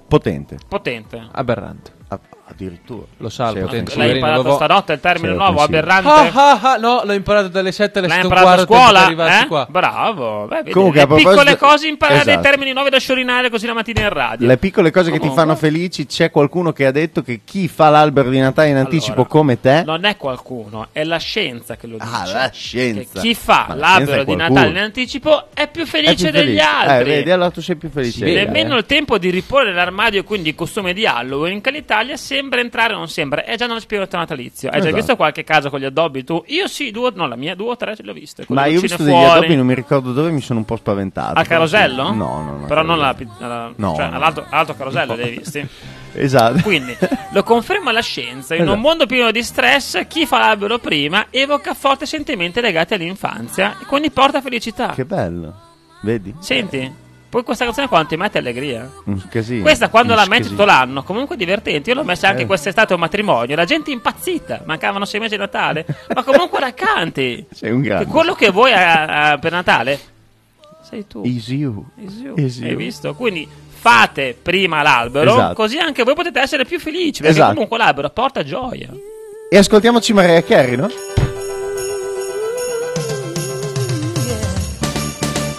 A: Potente.
B: Potente.
C: aberrante.
A: Ah, addirittura.
C: Lo sa, il
A: Sei
C: potente.
A: offensivo.
B: L'hai
C: Poverino,
B: imparato
C: lo vo-
B: stanotte il termine
A: Sì,
B: nuovo,
A: offensivo.
B: aberrante?
C: Ah, ah, ah, no, l'ho imparato dalle 7 alle
B: L'hai
C: 7 e un
B: imparato a
C: quarto
B: scuola?
C: per arrivarci
B: eh?
C: qua.
B: Bravo. Beh, vedi,
A: Comunque,
B: le
A: a proposito-
B: piccole cose imparare dei
A: Esatto.
B: termini nuovi da sciorinare così la mattina in radio.
A: Le piccole cose che ti
B: Comunque-
A: fanno felici, c'è qualcuno che ha detto che chi fa l'albero di Natale in anticipo
B: Allora,
A: come te...
B: Non è qualcuno, è la scienza che lo dice.
A: Ah, la
B: Che
A: scienza.
B: chi fa
A: Ma la scienza
B: l'albero
A: è
B: di
A: qualcuno.
B: Natale in anticipo è più
A: è
B: felice
A: più
B: degli
A: felice.
B: altri.
A: Eh, vedi, allora eh. tu sei più felice.
C: Sì,
A: degli
C: vero,
A: altri.
B: Nemmeno il tempo di riporre l'armadio e quindi il costume di Halloween, che l'Italia sembra entrare o non sembra, è già nello spirito natalizio. Hai già
A: Esatto.
B: visto qualche caso con gli addobbi tu? Io sì, due, no, la mia, due o tre ce l'ho viste. con
A: Ma
B: le
A: io ho
B: lucine
A: visto degli
B: fuori.
A: addobbi, non mi ricordo dove, mi sono un po' spaventato.
B: Al carosello?
A: No, no, no.
B: Però
A: al
B: non alla,
A: carosello.
B: alla-
A: No,
B: cioè,
A: no.
B: all'altro, all'altro carosello li hai visti.
A: Esatto.
B: Quindi lo conferma la scienza: in un
A: Esatto.
B: mondo pieno di stress, chi fa l'albero prima evoca forti sentimenti legati all'infanzia e quindi porta felicità.
A: Che bello. Vedi?
B: Senti, poi questa canzone quando ti mette allegria.
A: Un casino.
B: Questa quando
A: Un
B: la metti tutto
A: casino.
B: l'anno, comunque è divertente. Io l'ho messa anche
A: Eh.
B: quest'estate a un matrimonio, la gente è impazzita, mancavano sei mesi a Natale, ma comunque la canti.
A: Sei un grande.
B: Che quello che vuoi a- a- per Natale sei tu.
A: Is you.
B: Is you.
A: Is you.
B: Hai visto? Quindi fate prima l'albero,
A: Esatto.
B: così anche voi potete essere più felici. Perché
A: Esatto.
B: comunque l'albero porta gioia.
A: E ascoltiamoci Maria Carey, no?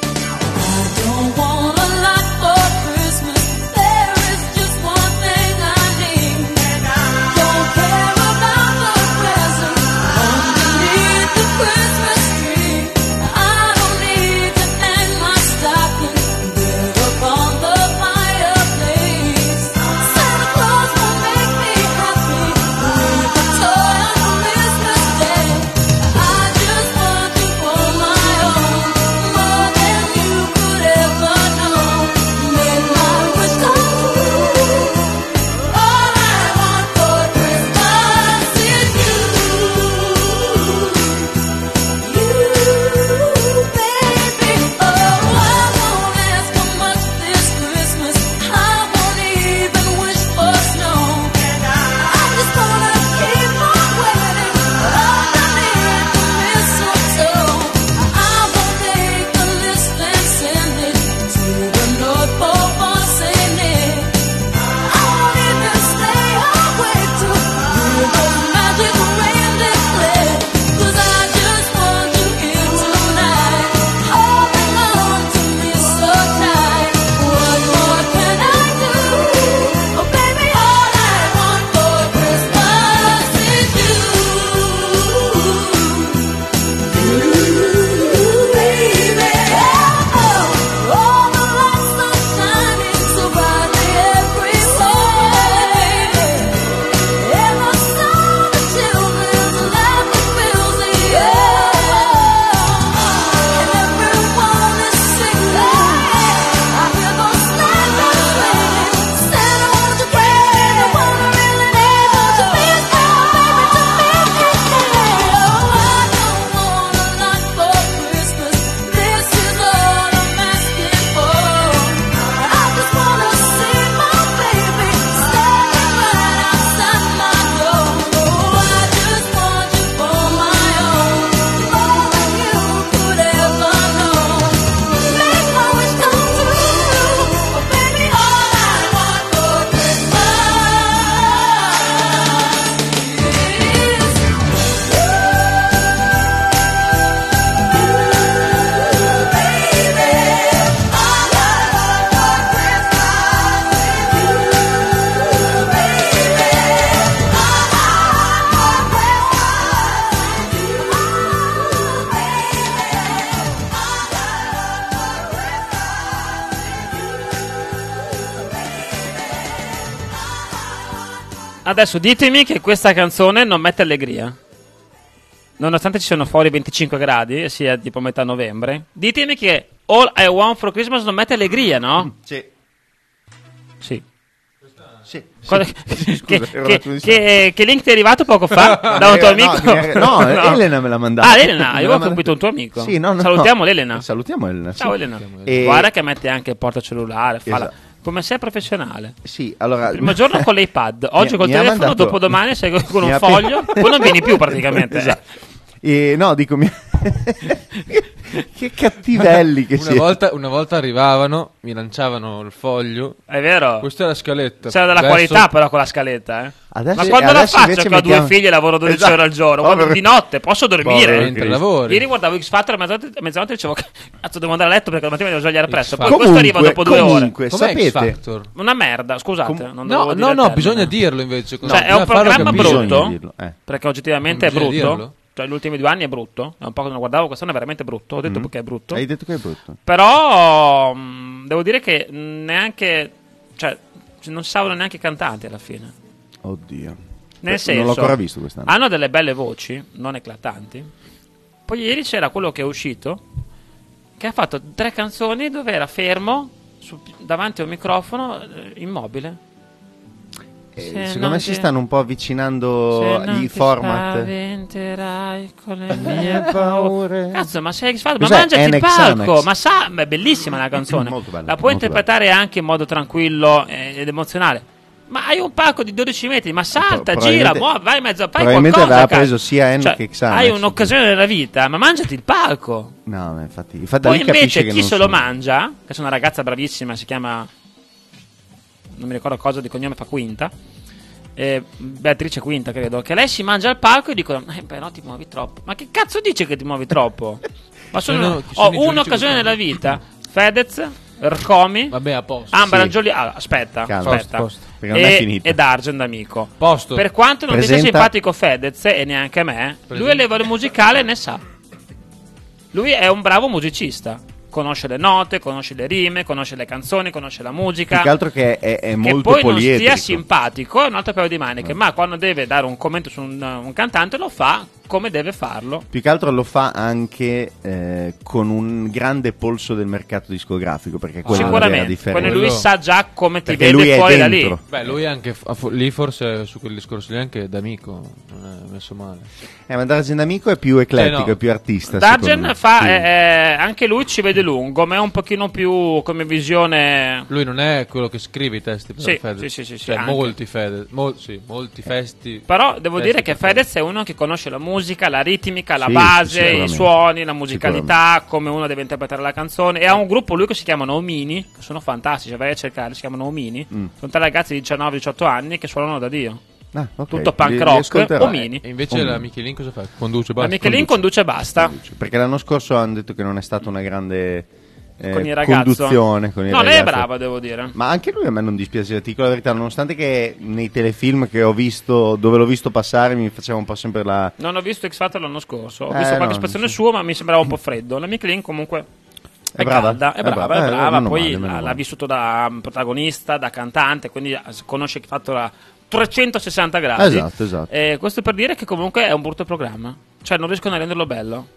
H: Don't want a lot for Christmas. There is just one thing I need. Don't care about the presents underneath the Christmas tree. I don't need to hang my stocking there upon the fireplace. Santa Claus will make me happy with a toy on Christmas Day. Oh,
B: Adesso ditemi che questa canzone non mette allegria. Nonostante ci sono fuori 25 gradi, e sia tipo metà novembre, ditemi che All I Want for Christmas non mette allegria, no?
A: Mm, Sì.
B: Sì.
A: Sì.
B: Cosa- che,
A: scusa, ero
B: che-
A: tu di-
B: che- che link ti è arrivato poco fa da un tuo
A: No,
B: amico?
A: mi- No, eh, Elena me l'ha mandata.
B: Ah, Elena,
A: Me
B: io
A: l'ha
B: ho
A: mandata.
B: capito un tuo amico.
A: Sì, no, no,
B: Salutiamo
A: no.
B: l'Elena.
A: Salutiamo Elena.
B: Ciao
A: sì.
B: Elena.
A: E-
B: Eh, Guarda che mette anche il portacellulare, fa la-
A: Esatto.
B: come sei professionale.
A: Sì, allora.
B: Il primo giorno con l'iPad, oggi
A: Mi-
B: col
A: mi ha
B: telefono,
A: mandato-
B: dopodomani sei con- con
A: mi
B: un
A: ha-
B: foglio, poi non vieni più praticamente. eh.
A: Esatto. E no, dico mi- che cattivelli che
C: una,
A: siete.
C: volta, una volta arrivavano, mi lanciavano il foglio.
B: È vero.
C: Questa è la scaletta.
B: C'era della
C: Adesso-
B: qualità però con la scaletta, eh.
A: Adesso-
B: Ma quando la
A: adesso
B: faccio
A: invece
B: che ho
A: mettiamo-
B: due figli e lavoro 12
A: Esatto.
B: ore al giorno?
A: Povero-
B: Quando- Di notte posso
A: Povero
B: dormire?
C: Mentre lavori.
B: Ieri guardavo X Factor a mezzanotte, a mezzanotte e dicevo cazzo devo andare a letto perché la mattina mi devo svegliare presto. Poi
C: Factor.
B: questo arriva dopo due
A: comunque,
C: Com'è X
A: sapete?
C: Factor?
B: ore. Una merda, scusate, non dovevo
C: No,
B: dire
C: no,
B: il
C: no,
B: termine.
C: bisogna dirlo invece. così.
B: Cioè, è un
C: Bisogna farlo
B: programma
C: capire.
A: Bisogna
B: brutto.
A: dirlo, eh.
B: Perché oggettivamente è
C: Non
B: brutto.
C: bisogna dirlo?
B: Cioè, gli ultimi due anni è brutto. È un po' che non guardavo, quest'anno è veramente brutto. Ho detto perché è brutto.
A: Mm. Hai detto che è brutto.
B: Però mh, devo dire che neanche. Cioè, non savano neanche i cantanti alla fine.
A: Oddio.
B: Nel senso,
A: non l'ho ancora visto quest'anno.
B: Hanno delle belle voci, non eclatanti. Poi ieri c'era quello che è uscito, che ha fatto tre canzoni dove era fermo su- davanti a un microfono, eh, immobile.
A: Eh,
B: Se
A: secondo
B: non
A: me
B: ti-
A: si stanno un po' avvicinando
B: Se non
A: i
B: ti
A: format.
B: spaventerai con le
A: mie
B: mie
A: paure.
B: paure. Cazzo, ma sei X Factor, ma
A: Cos'è?
B: mangiati il
A: NX
B: palco.
A: Xanax?
B: Ma sa, ma è bellissima la canzone.
A: Molto bella,
B: la puoi
A: molto
B: interpretare anche in modo tranquillo eh, ed emozionale. Ma hai un palco di 12 metri, ma salta,
A: Pro-
B: gira,
A: probabilmente-
B: muo- vai in mezzo, fai
A: probabilmente
B: qualcosa.
A: aveva
B: cazzo.
A: preso sia N
B: Cioè,
A: che Xanax.
B: Hai un'occasione della vita, ma mangiati il palco.
A: No, ma infatti, infatti da
B: Poi
A: lì
B: invece
A: capisce che
B: chi
A: non
B: se lo
A: sono-
B: mangia, che sono una ragazza bravissima, si chiama... Non mi ricordo cosa di cognome, fa Quinta. eh, Beatrice Quinta, credo. Che lei si mangia al palco e dicono, eh, però ti muovi troppo. Ma che cazzo dice che ti muovi troppo? Ma sono,
C: Sono- sono i
B: ho
C: giudici
B: un'occasione
C: che-
B: nella vita. Fedez, Ercomi,
C: Vabbè, a posto.
B: Ambra
A: sì.
B: Angioli... ah, aspetta,
A: Calma.
B: aspetta.
C: Posto, posto.
A: Perché non è
B: E,
A: finita.
B: e Dargen d'amico.
C: Posto.
B: Per quanto non ti sia
A: Presenta-
B: simpatico Fedez e neanche a me, eh, lui a livello musicale ne sa. Lui è un bravo musicista. Conosce le note, conosce le rime, conosce le canzoni, conosce la musica.
A: Più che altro che è, è
B: Che
A: molto
B: poi non
A: poliedrico.
B: sia
A: Eh.
B: simpatico è un altro paio di maniche. Ma quando deve dare un commento su un, un cantante, lo fa come deve farlo.
A: Più che altro lo fa anche eh, con un grande polso del mercato discografico, perché quella è la vera
B: Sicuramente.
A: differenza.
B: Quando lui
C: Quello-
B: sa già come ti
A: Perché
B: vede
A: lui è
B: fuori da
A: dentro.
B: lì.
C: Beh, lui anche f- a fo- lì forse su quel discorso lì anche d'amico non è messo male.
A: Eh, ma Dargen Amico è più eclettico,
C: Eh, no.
A: è più artista. secondo
B: Dargen
A: me.
B: fa,
A: Sì.
B: eh, eh, anche lui ci vede lungo, ma è un pochino più come visione.
C: Lui non è quello che scrive i testi per
B: Sì,
C: Fedez.
B: sì, sì, sì, sì,
C: Cioè,
B: anche.
C: molti Fedez, mol- sì, molti festi.
B: Però devo dire che
C: Fedez
B: Fedez è uno che conosce la musica, la ritmica, la
A: Eh, Sì,
B: base, i
A: sicuramente.
B: suoni, la musicalità, come uno deve interpretare la canzone. E ha un gruppo lui che si chiamano Omini, che sono fantastici, vai a cercare, si chiamano Omini.
A: Mm.
B: Sono tre ragazzi di 19-18 anni che suonano da Dio.
A: Ah, ok,
B: Tutto
A: li-
B: punk
A: li
B: rock,
A: ascolterò. eh.
B: Omini.
C: E invece
A: Omini.
C: la Michelin cosa fa? Conduce,
B: La
A: Boh,
C: basta.
B: Michelin conduce e basta.
A: Perché l'anno scorso hanno detto che non è stata una grande eh,
B: con il ragazzo.
A: conduzione. Con il
B: no, lei è
A: ragazzo.
B: brava, devo dire.
A: Ma anche lui a me non dispiace, ti dico la verità, nonostante che nei telefilm che ho visto, dove l'ho visto passare, mi faceva un po' sempre la...
B: Non ho visto X Factor l'anno scorso. Ho
A: Eh,
B: visto qualche
A: no,
B: spazione
A: non so.
B: sua, ma mi sembrava un po' freddo. La Michelin comunque è,
A: brava,
B: calda, è brava,
A: eh,
B: è brava.
A: meno
B: Poi
A: male, meno
B: l'ha, l'ha
A: male.
B: vissuto da um, protagonista, da cantante, quindi ah, s- conosce X Factor a 360 gradi.
A: Esatto, esatto.
B: Eh, questo per dire che comunque è un brutto programma. Cioè, non riescono a renderlo bello.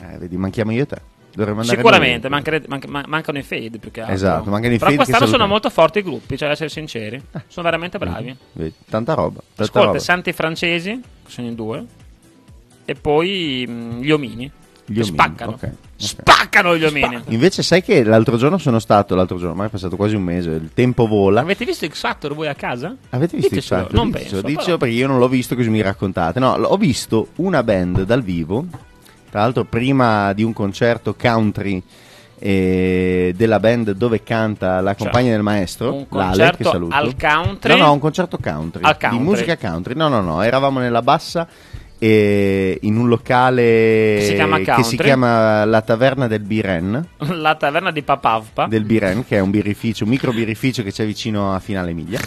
A: Eh, vedi, manchiamo io e te. Dovremmo andare Eh,
B: Sicuramente,
A: noi.
B: mancare- manca- man- mancano i fade più che altro.
A: Esatto, mancano i
B: Però
A: fade che Eh.
B: quest'anno sono
A: salutiamo.
B: molto forti i gruppi, cioè, ad essere sinceri. Sono veramente bravi.
A: Vedi, tanta roba. Tanta
B: Ascolta,
A: roba.
B: i santi francesi, che sono in due, e poi mm, gli omini.
A: Gli
B: che
A: omini,
B: spaccano.
A: ok, ok.
B: Spaccano gli omini.
A: Invece sai che l'altro giorno sono stato, l'altro giorno, ormai è passato quasi un mese, il tempo vola.
B: Avete visto X Factor voi a casa?
A: Avete visto il
B: Ditecelo,
A: fatto?
B: Non
A: Ditecelo,
B: penso.
A: ditecelo
B: però.
A: perché io non l'ho visto così mi raccontate. No, l- ho visto una band dal vivo, tra l'altro prima di un concerto country eh, della band dove canta la compagna del maestro,
B: Cioè, un
A: Lale, che
B: concerto
A: saluto.
B: al country?
A: No, no, un concerto country.
B: Al country.
A: Di musica country. No, no, no, eravamo nella bassa e in un locale
B: Che si chiama
A: che si
B: country?
A: chiama la taverna del Biren
B: La taverna di Papavpa.
A: del Biren, che è un birrificio, un micro birrificio che c'è vicino a Finale Emilia.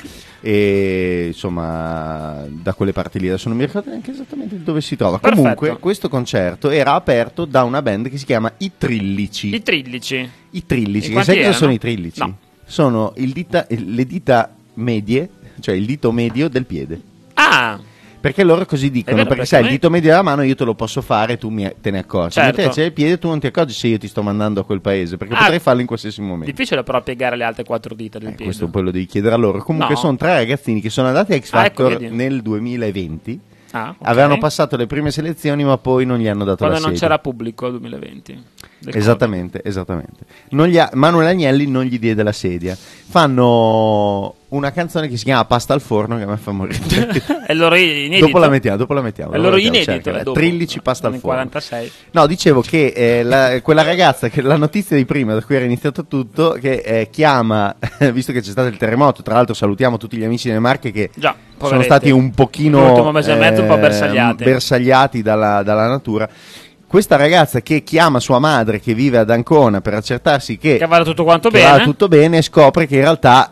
A: E insomma, da quelle parti lì adesso non mi ricordo neanche esattamente dove si trova.
B: Perfetto.
A: Comunque, questo concerto era aperto da una band che si chiama I Trillici.
B: I trillici.
A: I Trillici,
B: in
A: che
B: quanti
A: sai cosa
B: erano?
A: sono i Trillici?
B: No.
A: eh, Sono il dita- le dita medie, cioè il dito medio del piede.
B: Ah,
A: Perché loro così dicono,
B: vero,
A: perché
B: perché
A: sai, il
B: noi-
A: dito medio della mano io te lo posso fare, tu mi- te ne accorgi.
B: Certo.
A: Mentre c'è il piede tu non ti accorgi se io ti sto mandando a quel paese, perché
B: Ah.
A: potrei farlo in qualsiasi momento.
B: difficile però piegare le altre quattro dita del
A: Eh,
B: piede.
A: questo poi lo devi chiedere a loro. Comunque
B: No.
A: sono tre ragazzini che sono andati a X
B: Ah, ecco,
A: Factor
B: vedi.
A: nel 2020.
B: Ah, ok.
A: Avevano passato le prime selezioni, ma poi non gli hanno dato
B: Quando
A: la
B: non
A: sede.
B: c'era pubblico il 2020. del
A: Esattamente, esattamente. Non gli ha- Manuel Agnelli non gli diede la sedia. Fanno una canzone che si chiama Pasta al forno che a me fa morire.
B: Covid. È il loro inedito.
A: dopo la mettiamo, dopo la mettiamo. certo,
B: È il loro
A: dopo la mettiamo,
B: inedito.
A: cercala.
B: è dopo.
A: 13 pasta al
B: Nel
A: forno.
B: 46.
A: No, dicevo che eh, la- quella ragazza, che la notizia di prima, da cui era iniziato tutto, che eh, chiama, visto che c'è stato il terremoto, tra l'altro salutiamo tutti gli amici delle Marche che
B: Già,
A: sono
B: poveretti.
A: stati un pochino...
B: L'ultimo mese e mezzo un po'
A: eh,
B: bersagliati.
A: bersagliati dalla, dalla natura. Questa ragazza che chiama sua madre che vive ad Ancona per accertarsi che,
B: Che vada tutto quanto
A: che
B: bene.
A: va tutto bene scopre che in realtà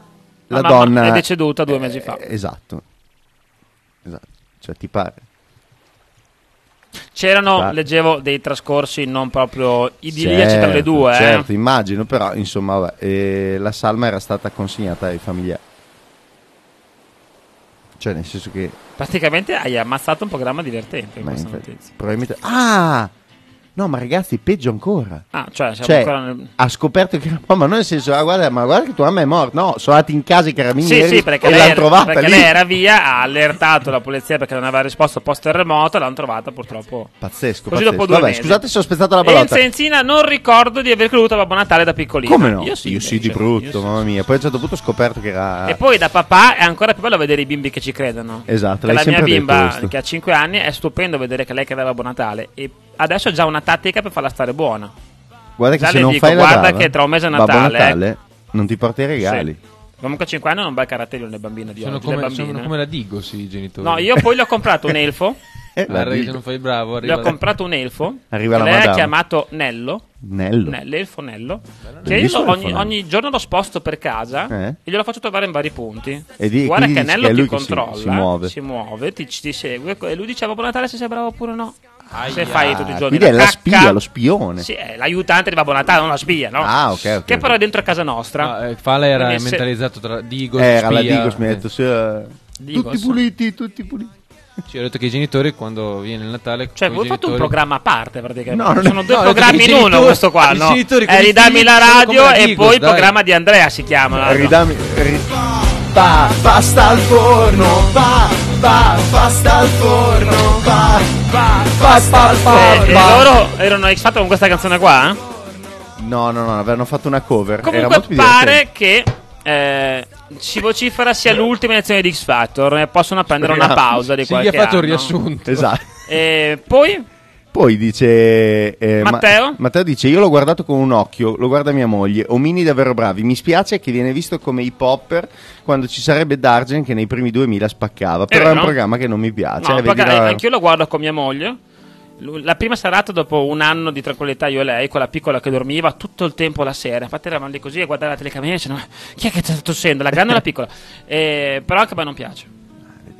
A: la,
B: La mamma
A: donna...
B: è deceduta due mesi fa.
A: Eh, esatto. Esatto. Cioè ti pare.
B: C'erano,
A: Va-
B: leggevo, dei trascorsi non proprio idilliaci
A: Certo,
B: tra le due. eh.
A: Certo, immagino, però insomma vabbè, eh, la salma era stata consegnata ai familiari. Cioè nel senso che...
B: Praticamente hai ammazzato un programma divertente. in
A: ma
B: questa
A: infatti,
B: notizia.
A: probabilmente... Ah! No, ma ragazzi, peggio ancora.
B: Ah, cioè, siamo
A: Cioè,
B: ancora nel...
A: ha scoperto che era- ma non nel senso, ah, guarda, ma guarda che tua mamma è morta. No, sono andati in casa i
B: Sì,
A: carabinieri
B: sì, perché,
A: e
B: lei
A: l'hanno
B: era,
A: trovata
B: perché
A: lì.
B: lei era via, ha allertato la polizia perché non aveva risposto post terremoto, l'hanno trovata purtroppo.
A: Pazzesco,
B: Così
A: pazzesco.
B: dopo due
A: Vabbè,
B: mesi.
A: scusate se ho spezzato la palla.
B: Enzo Enzina non ricordo di aver creduto a Babbo Natale da piccolino.
A: Come no?
B: Io sì,
A: di
B: invece.
A: brutto,
B: Io sì.
A: mamma mia. Poi a un certo punto ho scoperto che era
B: E poi da papà è ancora più bello vedere i bimbi che ci credono. Che
A: Esatto, l'hai
B: la mia
A: sempre detto
B: bimba
A: questo.
B: che ha 5 anni è stupendo vedere che lei credeva a Babbo Natale e adesso ha già una tattica per farla stare buona.
A: Guarda che
B: Già
A: se
B: le
A: non
B: dico,
A: fai la
B: guarda
A: brava,
B: che tra un mese è
A: Babbo
B: Natale, eh.
A: Natale, non ti porta i regali.
B: Sì. Comunque a 5 anni non un bel carattere le bambine di
C: Sono
B: oggi, le
C: come,
B: bambine.
C: sono come la Digo, sì, i genitori.
B: No, io poi le ho comprato un elfo.
A: Eh,
C: Guarda che
A: guardi,
C: se non fai il bravo,
B: Le
C: arriva...
B: ho comprato un elfo. che
A: Arriva la
B: lei ha
A: madama.
B: chiamato Nello.
A: Nello.
B: Ne- L'elfo Nello. Che io
A: Bellissimo
B: lo-
A: elfo
B: ogni,
A: Nello.
B: ogni giorno lo sposto per casa
A: Eh?
B: e glielo faccio trovare in vari punti.
A: E di-
B: Guarda
A: quindi
B: che
A: dici
B: Nello
A: che è
B: ti
A: lui che si-
B: controlla,
A: si muove.
B: ti, ti segue e lui diceva Babbo Natale se sei bravo oppure no. Se fai tutti i giorni
A: quindi è la
B: cacca.
A: spia, lo spione.
B: Sì, è l'aiutante di Babbo Natale, non la spia, no?
A: Ah, ok, ok.
B: Che però è dentro a casa nostra.
C: No, eh, Fala era
B: Quindi se-
C: mentalizzato tra Digo e
A: Eh, Era la
C: spia.
A: Digos, mi ha detto, sì, eh,
B: Digos.
A: tutti puliti, tutti puliti.
C: Eh, Ci ho detto che i genitori quando viene il Natale...
B: Cioè,
C: coi
B: voi fate un
C: genitori-
B: programma a parte praticamente.
A: No, non è-
B: Sono due
C: no,
B: programmi
C: perché i
B: in uno
C: genitori-
B: questo qua,
C: i
B: no?
C: genitori con
B: Eh,
C: i
B: ridammi
C: figli
B: la
C: sono
B: radio
C: come
B: e
C: Amigos,
B: poi il
C: dai.
B: programma di Andrea si chiama. no?
A: Ridami... ri- pa, pasta al forno, pa, pa, pasta al forno, pa, pa, pasta al
B: Eh, e
A: forno.
B: loro erano X Factor con questa canzone qua? eh?
A: No, no, no, avevano fatto una cover. era
B: Comunque
A: molto più
B: pare che eh, si vocifera sia l'ultima edizione di X Factor e possono prendere una
A: Speriamo.
B: pausa di
C: Sì, gli
B: qualche
C: ha fatto un
B: anno.
A: divertente.
C: riassunto.
A: Esatto.
B: E poi
A: Ah, Poi dice eh, Ma-
B: Matteo?
A: Matteo dice: Io l'ho guardato con un occhio, lo guarda mia moglie. Omini davvero bravi. Mi spiace che viene visto come hip hopper quando ci sarebbe Dargen che nei primi 2000 spaccava. Però è un
B: vero.
A: programma che non mi piace.
B: no,
A: eh, vedi
B: perché
A: la-
B: anch'io lo guardo con mia moglie. Lu- La prima serata dopo un anno di tranquillità io e lei, quella piccola che dormiva tutto il tempo la sera, infatti eravamo lì così a guardare la telecamera e dicevano chi è che sta tossendo, la grande o la piccola? Eh, però anche a me non piace.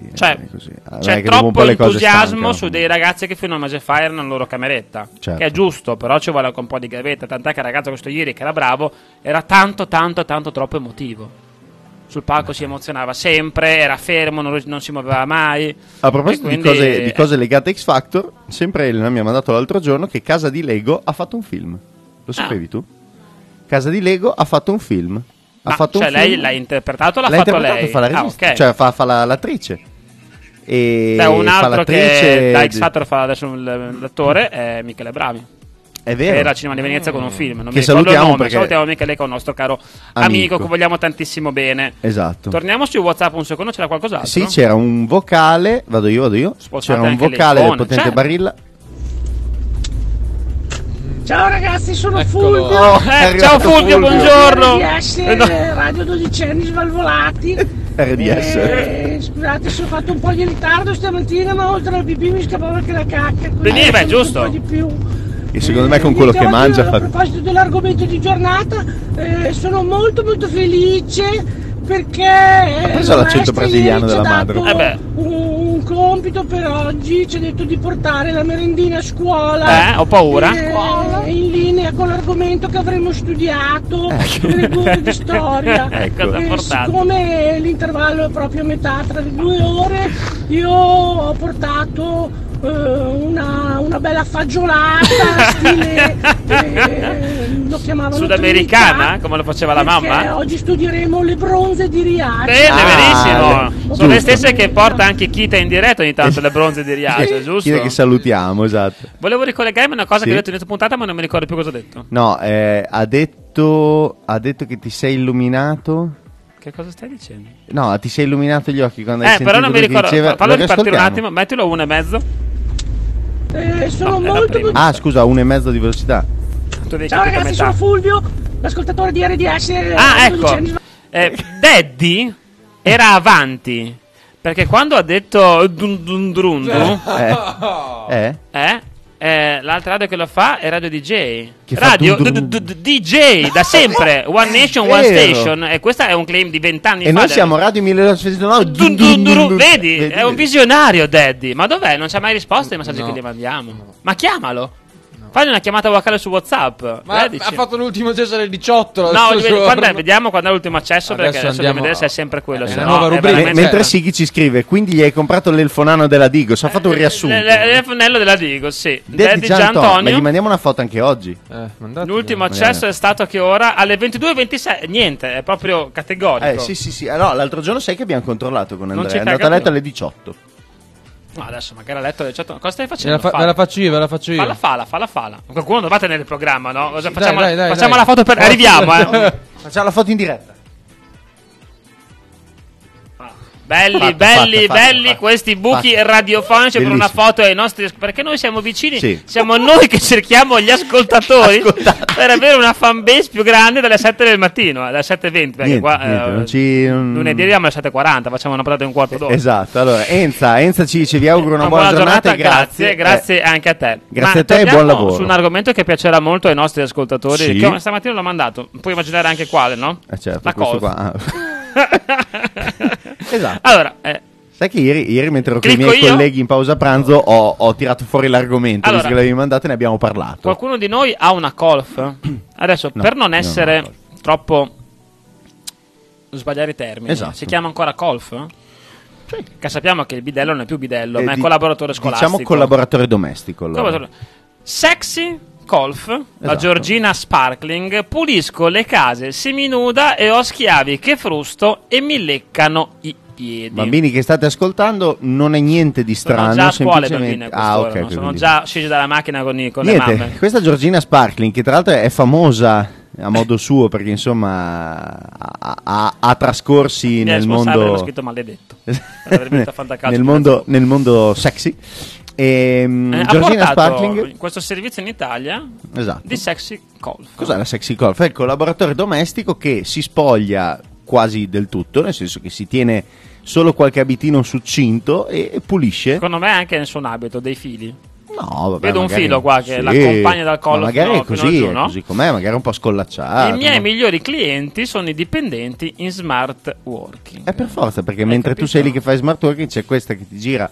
A: Vedi,
B: Cioè,
A: eh, così. Ah, non è
B: c'è
A: che dopo un po'
B: troppo
A: le cose
B: entusiasmo
A: stancano.
B: su dei ragazzi che fino a un mese fa erano in loro cameretta.
A: Certo.
B: Che è giusto, però ci vuole anche un po' di gavetta. Tant'è che il ragazzo questo ieri, che era bravo, era tanto, tanto, tanto troppo emotivo. Sul palco si emozionava sempre, era fermo, non, non si muoveva mai.
A: A proposito
B: E quindi-
A: di, cose, di cose legate a X Factor, sempre Elena mi ha mandato l'altro giorno che Casa di Lego ha fatto un film.
B: Ah.
A: Lo sapevi tu? Casa di Lego ha fatto un film. Ha
B: Ma,
A: fatto
B: cioè,
A: un
B: lei
A: film.
B: l'ha interpretato o l'ha,
A: l'ha
B: fatto
A: interpretato
B: lei?
A: fa la
B: Ah,
A: regista,
B: ok.
A: cioè fa, fa la- l'attrice. E
B: Beh, un
A: fa
B: altro che
A: l'attrice
B: da
A: di-
B: X Factor fa adesso l- l'attore è Michele Bravi.
A: È
B: che
A: vero.
B: era a Cinema di Venezia con un film. Non
A: Eh.
B: mi ricordo
A: Che
B: il
A: salutiamo
B: nome,
A: perché-
B: salutiamo Michele che è un nostro caro
A: Amico.
B: amico che vogliamo tantissimo bene.
A: Esatto.
B: Torniamo su WhatsApp un secondo, c'era qualcos'altro?
A: Sì, c'era un vocale. Vado io, vado io.
B: Spostate
A: c'era un
B: anche
A: vocale del
B: l'iPhone,
A: potente
B: certo.
A: Barilla.
D: Ciao ragazzi, sono
C: Eccolo.
D: Fulvio.
A: Oh, è
B: Eh,
A: arrivato
B: ciao Fulvio,
A: Fulvio.
B: buongiorno.
D: RDS,
B: Eh, no.
D: Radio 12 anni svalvolati.
A: RDS.
D: Eh, scusate se ho fatto un po' di ritardo stamattina, ma oltre al pipì mi scappava anche la cacca. quindi
B: Veniva,
D: ho fatto
B: giusto.
D: Un po' di più.
A: E secondo me con
D: Eh,
A: quello che
D: niente, oggi,
A: mangia
D: A
A: fa-
D: proposito dell'argomento di giornata, eh, sono molto molto felice perché... Ha
E: eh,
A: preso l'accento brasiliano della madre.
B: Eh beh.
D: Un
E: un compito per oggi, ci ha detto di portare la merendina a scuola.
B: Eh, ho paura.
E: Eh, in linea con l'argomento che avremmo studiato
A: Ecco.
E: per il corso di storia.
B: Ecco. Cosa ha
E: E
B: portato?
E: siccome l'intervallo è proprio a metà tra le due ore, io ho portato eh, una, una bella fagiolata, stile eh, lo chiamavano
B: Sudamericana,
E: trita,
B: come lo faceva la
E: perché
B: mamma?
E: Oggi studieremo le bronze di Riace.
B: Bene,
A: Ah,
B: benissimo.
A: beh,
B: Sono le
A: giusto.
B: stesse che porta anche Kita in diretta ogni tanto le bronze di Riace,
A: Chi è che
B: giusto?
A: salutiamo, esatto.
B: Volevo ricollegarmi a una cosa
A: Sì.
B: che ho detto in questa puntata, ma non mi ricordo più cosa ho detto.
A: No, eh, ha, detto, ha detto che ti sei illuminato.
B: Che cosa stai dicendo?
A: No, ti sei illuminato gli occhi quando hai
B: eh,
A: sentito
B: però non mi
A: quello
B: ricordo.
A: che diceva.
B: Fa- Fallo
A: Lo
B: ripartire un
A: riascoltiamo.
B: attimo, mettilo a uno e mezzo.
E: Eh, sono
B: No, è la
E: molto
B: prima.
A: Ah, scusa, uno e mezzo di velocità.
B: Tu devi
E: Ciao
B: capire
E: ragazzi,
B: metà.
E: sono Fulvio, l'ascoltatore di RDS.
B: Ah,
E: eh, 12 anni
B: ecco. Eh, Daddy era avanti. Perché quando ha detto dun dun dun dun,
A: Eh? eh?
B: eh, eh, l'altra radio che lo fa è Radio DJ.
A: Che fa
B: radio
A: dun dun
B: d- d- d- DJ da sempre. One Nation, One
A: Vero.
B: Station. E questo è un claim di vent'anni fa.
A: E noi
B: del-
A: siamo Radio 1969.
B: Dun dun dun dun. Vedi, è un
A: vedi.
B: visionario Daddy. Ma dov'è? Non ci ha mai risposto ai messaggi
C: No.
B: che gli mandiamo. Ma chiamalo. Fagli una chiamata vocale su WhatsApp.
C: Ma
B: Eh,
C: ha
B: dici.
C: fatto l'ultimo cesso alle 18.
B: No, voglio vedere- quando è? vediamo quando è l'ultimo accesso. perché
C: Adesso
B: adesso
C: andiamo-
B: devo vedere se è sempre quello.
C: È
B: se
C: una
B: no
C: nuova
B: è certo.
C: rubrica.
A: Me-
B: veramente-
A: mentre
C: Cioè-
A: Sighi ci scrive, quindi gli hai comprato l'elfonano della Digos. Ha
B: Eh,
A: fatto un riassunto.
B: L- l- L'elfonello della Digo, sì.
A: Daddy
B: Daddy
A: Gian Antonio, ma gli
B: Giantonio.
A: mandiamo una foto anche oggi.
C: Eh,
B: L'ultimo
A: Magari.
B: accesso è stato a che ora? Alle 22.26. Niente, è proprio categorico.
A: Eh, sì, sì, sì. Ah, no, l'altro giorno sai che abbiamo controllato con Andrea.
B: Ecco. ci
A: È andato
B: caga
A: a letto
B: più.
A: alle 18.
B: No, adesso magari ha letto le 18. Cosa stai
C: Ve
B: facendo?
C: la, fa-
B: Fala.
C: ve la faccio io, ve la faccio io.
B: Falla, falla, falla, falla. Qualcuno dovrà tenere il programma, no? Cosa facciamo
C: dai, dai,
B: facciamo
C: dai.
B: la foto per...
C: Forza.
B: Arriviamo, eh.
A: Facciamo la foto in diretta.
B: Belli,
A: Fatta,
B: belli,
A: fatta, fatta,
B: belli
A: fatta.
B: questi buchi
A: Fatta.
B: radiofonici per una
A: Bellissimo.
B: foto ai nostri. Perché noi siamo vicini,
A: Sì.
B: siamo noi che cerchiamo gli ascoltatori
A: Ascoltate.
B: per avere una fanbase più grande dalle 7 del mattino, alle 7.20. Perché
A: Niente,
B: qua
A: niente,
B: eh,
A: non ci- mm, non-
B: lunedì arriviamo alle 7.40, facciamo una patata e un quarto d'ora.
A: Esatto. Allora, Enza, Enza ci dice: Vi auguro una,
B: Una
A: buona, giornata. e
B: grazie,
A: grazie. Eh,
B: grazie anche a te.
A: grazie
B: Ma
A: a te e
B: torniamo
A: buon lavoro.
B: Su un argomento che piacerà molto ai nostri ascoltatori,
A: Sì.
B: che stamattina l'ho mandato, puoi immaginare anche quale, no?
A: Eh, eh, certo,
B: La
A: questo
B: cosa.
A: qua. Ah. Esatto.
B: Allora, eh,
A: Sai che ieri, ieri mentre ero con i
B: Clicco
A: miei
B: io?
A: colleghi in pausa pranzo, ho, ho tirato fuori l'argomento.
B: Allora.
A: visto che l'avevi mandato, e ne abbiamo parlato.
B: Qualcuno di noi ha una golf? Adesso,
A: Certo. No,
B: per non
A: io
B: essere
A: non ho
B: troppo. sbagliare i termini,
A: Esatto.
B: si chiama ancora golf? Che sappiamo che il bidello non è più bidello,
A: Eh,
B: ma è
A: di-
B: collaboratore scolastico.
A: Diciamo collaboratore domestico. allora.
B: Collaboratore. Sexy golf, la
A: Esatto.
B: Georgina Sparkling. Pulisco le case seminuda e ho schiavi che frusto e mi leccano i piedi.
A: Bambini che state ascoltando, non è niente di strano.
B: sono già a scuola, i bambini,
A: semplicemente...
B: a
A: ah,
B: quest'ora, no?
A: ok. ok,
B: sono
A: quindi-
B: già scesi dalla macchina con, i- con le
A: Niente,
B: mamme.
A: questa Giorgina Sparkling, che tra l'altro è famosa a modo suo perché insomma ha, ha- ha trascorsi
B: Mi è
A: nel
B: responsabile,
A: mondo,
B: l'ho Eh, scritto maledetto. L'avrebbe detto a Fantacalcio,
A: nel, mondo, nel mondo sexy. Ehm,
B: Eh,
A: Giorgina
B: ha portato
A: Sparkling,
B: questo servizio in Italia
A: esatto.
B: di sexy golf.
A: Cos'è la sexy golf? È il collaboratore domestico che si spoglia quasi del tutto, nel senso che si tiene solo qualche abitino succinto e, e pulisce.
B: Secondo me anche nel suo abito, dei fili.
A: No, vabbè,
B: Vedo un
A: magari-
B: filo qua che
A: sì,
B: l'accompagna dal collo
A: ma magari
B: fino-
A: è
B: fino
A: così,
B: giù,
A: è
B: no?
A: così com'è, magari è un po' scollacciato.
B: I miei
A: Ah, no?
B: migliori clienti sono i dipendenti in smart working.
A: Eh, per forza, perché mentre tu
B: capito?
A: sei lì che fai smart working c'è questa che ti gira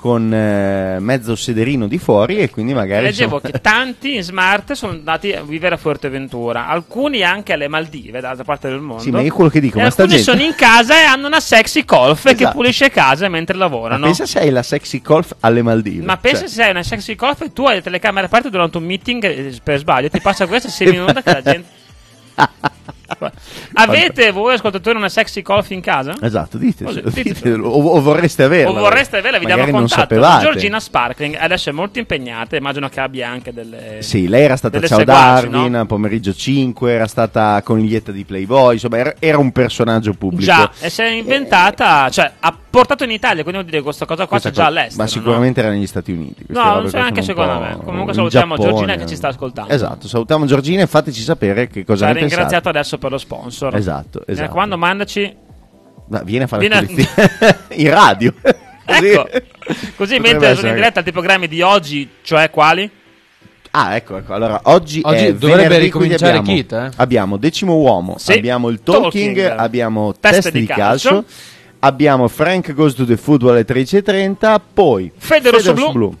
A: con eh, mezzo sederino di fuori e quindi magari...
B: Leggevo
A: insomma-
B: che tanti in smart sono andati a vivere a Fuerteventura, alcuni anche alle Maldive, dall'altra parte del mondo.
A: Sì, ma io quello che dico,
B: E
A: ma sta
B: alcuni
A: gente-
B: sono in casa e hanno una sexy golf che
A: Esatto.
B: pulisce casa mentre
A: Ma
B: lavorano.
A: pensa sei la sexy golf alle Maldive.
B: Ma pensa
A: Cioè,
B: se sei una sexy golf e tu hai le telecamere aperte durante un meeting eh, per sbaglio, ti passa questa seminuda che la gente. Avete voi ascoltatori una sexy golf in casa?
A: Esatto, ditecelo,
B: Voglio- ditecelo.
A: ditecelo, o, o vorreste averla.
B: O vorreste averla, vi diamo
A: Magari non
B: contatto.
A: sapevate.
B: Giorgina Sparkling adesso è molto impegnata, immagino che abbia anche delle.
A: Sì, lei era stata a
B: delle
A: Ciao
B: seguaci,
A: Darwin,
B: no?
A: a pomeriggio 5, era stata coniglietta di Playboy, insomma era, era un personaggio pubblico. Eh.
B: Già, e si è inventata, cioè ha portato in Italia, quindi vuol dire che questa cosa qua
A: Questa
B: c'è già
A: cosa-
B: all'estero.
A: Ma
B: no?
A: sicuramente era negli Stati Uniti. queste
B: No,
A: robe
B: non so,
A: qua
B: anche
A: sono un
B: secondo
A: po'
B: me. Comunque
A: in
B: salutiamo
A: Giappone.
B: Giorgina che ci sta ascoltando.
A: Esatto, salutiamo Giorgina e fateci sapere che cosa
B: Sarà
A: ne pensate.
B: ringraziato adesso per lo sponsor.
A: Esatto,
B: Mi
A: esatto.
B: raccomando, mandaci
A: Ma viene a fare
B: Viene a-
A: pulizia in radio.
B: Ecco, così
A: Potrebbe
B: mentre sono
A: essere-
B: in diretta altri programmi di oggi, cioè quali?
A: Ah, ecco, ecco. Allora, oggi,
C: Oggi
A: è
C: dovrebbe
A: venerdì, quindi
C: ricominciare
A: abbiamo,
C: Kit, eh?
A: Abbiamo Decimo Uomo,
B: Sì.
A: abbiamo il talking,
B: Talking. eh,
A: abbiamo
B: Teste
A: Teste
B: di
A: di
B: calcio.
A: calcio. abbiamo Frank Goes to the Football alle 13.30, poi
B: Fede Rosso Blu.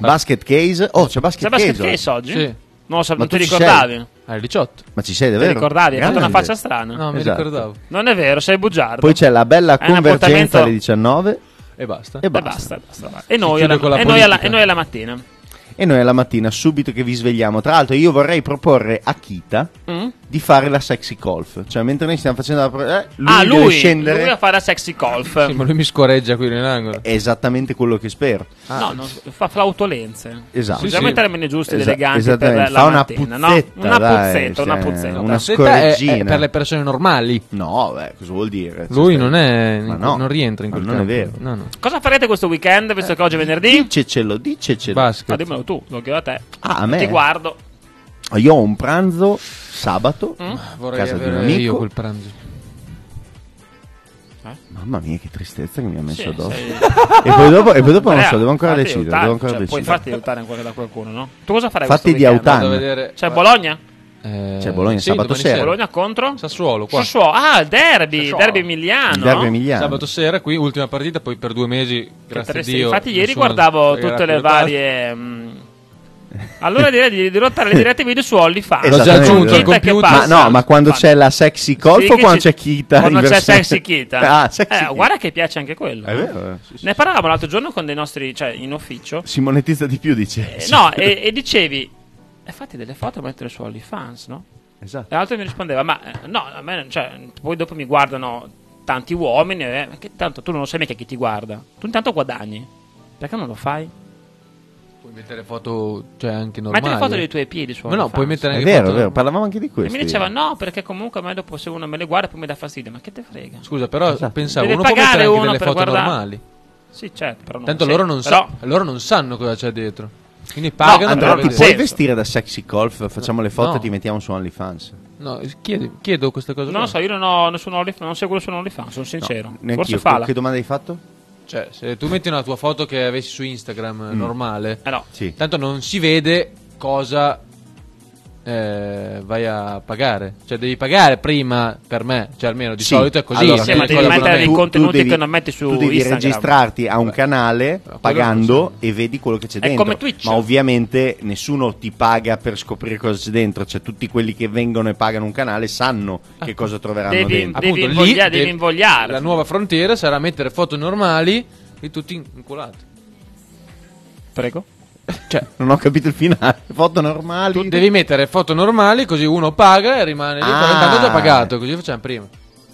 A: Basket Case, oh c'è Basket,
B: C'è basket
A: case,
B: case oggi?
C: Sì.
B: Non lo so,
A: Ma
B: non
A: tu
B: ti
A: ci sei?
B: ricordavi?
C: Alle 18.
A: ma ci sei
B: Ti
A: davvero?
B: ricordavi? Hai fatto una
A: Grande.
B: faccia strana.
C: No, Eh, mi
A: Esatto.
C: ricordavo.
B: Non è vero, sei bugiardo.
A: Poi c'è la bella
B: È un
A: convergenza
B: appuntamento-
A: alle 19
C: E basta.
A: e
B: e
A: basta.
B: basta, basta, basta. E, noi
C: chiude
B: alla,
C: con la
B: e noi alla-
C: politica.
B: e noi alla mattina.
A: E noi alla mattina subito che vi svegliamo. Tra l'altro io vorrei proporre a Kita
B: Mm?
A: di fare la sexy golf. Cioè mentre noi stiamo facendo la... pro- eh, lui
B: ah,
A: deve
B: lui,
A: scendere.
B: lui a fare la sexy golf.
C: Sì, ma lui mi scoreggia qui nell'angolo. Ah.
A: È esattamente quello che spero.
B: No, non- fa flautolenze.
A: Esatto.
B: Bisogna
C: sì.
B: mettere meno giusti ed
A: Esa-
B: eleganti per
A: esattangente.
B: la
A: Fa una
B: mattina, no?
A: puzzetta,
B: Una
A: dai,
B: puzzetta, una
A: cioè,
B: puzzetta.
A: una
C: Setta è- È,
A: scoreggina.
C: per le persone normali.
A: No, beh, cosa vuol dire? Cioè,
C: Lui
A: stai-
C: non è.
A: Ma no.
C: Non rientra in
A: Ma
C: quel
A: non è
C: campo.
A: vero.
C: No, no.
B: Cosa farete questo weekend, visto che oggi è venerdì?
A: Dicecelo, dicecelo.
B: Ah,
C: Basket.
B: dimmelo tu, lo chiedo a te.
A: Ah, a me?
B: Ti guardo.
A: Io ho un pranzo sabato
B: Mm?
A: a
C: Vorrei
A: casa di un
C: avere
A: amico.
C: io quel pranzo.
A: Mamma mia, che tristezza che mi ha messo
B: Sì,
A: addosso.
B: sei-
A: E poi dopo, e poi dopo non lo
B: Andrea,
A: so, devo ancora
B: fatti
A: decidere.
B: aiutare,
A: Devo ancora
B: cioè,
A: decidere.
B: Puoi farti aiutare ancora da qualcuno, no? Tu cosa farai
A: Fatti
B: questo
A: di
B: weekend?
A: autan-
C: Vado a
A: Anna.
C: vedere.
B: C'è Bologna?
C: Eh,
A: C'è Bologna
C: sì,
A: sabato
C: domani
A: sera.
B: Bologna contro?
C: Sassuolo qua.
B: Sassuolo. Ah, il derby,
C: Sassuolo.
B: derby Emiliano.
A: Il derby Emiliano.
C: Sabato sera qui, ultima partita, poi per due mesi, grazie a
B: Interessa-
C: Dio.
B: Infatti, ieri
C: nessuno
B: guardavo
C: pagherà
B: tutte
C: più
B: le
C: tasse.
B: varie. mh. Allora direi di dirottare le dirette video su OnlyFans.
A: L'ho già
B: Con
A: aggiunto al
B: Kita che
C: computer.
A: Ma
B: passa.
A: no, ma quando
B: Infatti.
A: c'è la sexy golf
B: Sì,
A: o
B: che
A: quando c'è Kita?
B: Quando
A: in
B: c'è
A: versione-
B: Sexy Kita.
A: Ah, sexy
B: Eh,
A: Kita.
B: Guarda che piace anche quello.
A: È vero, eh.
B: Ne parlavamo l'altro giorno con dei nostri, cioè in ufficio.
A: Si monetizza di più, dice.
B: Eh, No, e, e dicevi, "Eh, fatti delle foto e mettere su OnlyFans, no?
A: Esatto.
B: E l'altro mi rispondeva, ma eh, no, a me, non- cioè, poi dopo mi guardano tanti uomini, eh, ma che tanto tu non sai mica chi ti guarda. Tu intanto guadagni. Perché non lo fai?
C: Puoi mettere foto, cioè anche normali.
B: Metti le foto dei tuoi piedi su
C: Ma no,
B: OnlyFans.
C: puoi mettere
A: È
C: anche
A: vero, è
C: foto-
A: vero, parlavamo anche di
B: E
A: questo.
B: Eh, mi diceva, no, perché comunque a me dopo se uno me le guarda poi mi dà fastidio. Ma che te frega?
C: Scusa, però
A: Esatto.
C: pensavo,
B: Deve
C: uno può
B: pagare
C: mettere anche
B: uno
C: delle
B: per
C: foto
B: guardare.
C: normali.
B: Sì, certo, però non
C: Tanto
B: sì,
C: loro non, sa-
B: però-
C: loro non sanno cosa c'è dietro. Quindi pagano
A: Andrea,
B: però
C: per
A: ti
B: Ah, non
C: vedere.
A: puoi
B: senso.
A: vestire da sexy golf? Facciamo le foto
C: No.
A: e ti mettiamo su OnlyFans.
C: No, chiedo, chiedo questa cosa.
B: Non
C: qua.
B: lo so, io non ho nessun OnlyFans, non seguo nessun OnlyFans, sono sincero.
A: Neanch'io.
B: Forse
A: Che-
B: Fala.
A: Che domanda hai fatto?
C: Cioè, se tu metti una tua foto che avessi su Instagram eh, normale,
B: Eh no.
A: Sì.
C: tanto non si vede cosa eh, vai a pagare. Cioè, devi pagare prima per me. Cioè, almeno di
A: Sì.
C: solito è così.
A: Allora,
C: non
B: Sì, ma
C: è
B: devi
C: cosa
B: mettere
C: per me.
B: dei
A: tu-
B: contenuti
A: tu devi-
B: che non metti su
A: Tu devi
B: Instagram.
A: registrarti a un canale
C: quello
A: pagando
C: non
A: e vedi quello che c'è
B: È
A: dentro.
B: come Twitch.
A: Ma ovviamente nessuno ti paga per scoprire cosa c'è dentro. Cioè, tutti quelli che vengono e pagano un canale sanno che cosa troveranno
B: Ah, Devi-
A: dentro.
B: devi invogliare- devi invogliare.
C: La nuova frontiera sarà mettere foto normali di tutti inculati.
B: Prego.
C: Cioè,
A: Non ho capito il finale. Foto normali.
C: tu devi mettere foto normali così uno paga e rimane lì.
A: Ah.
C: però intanto è già pagato, così facciamo prima.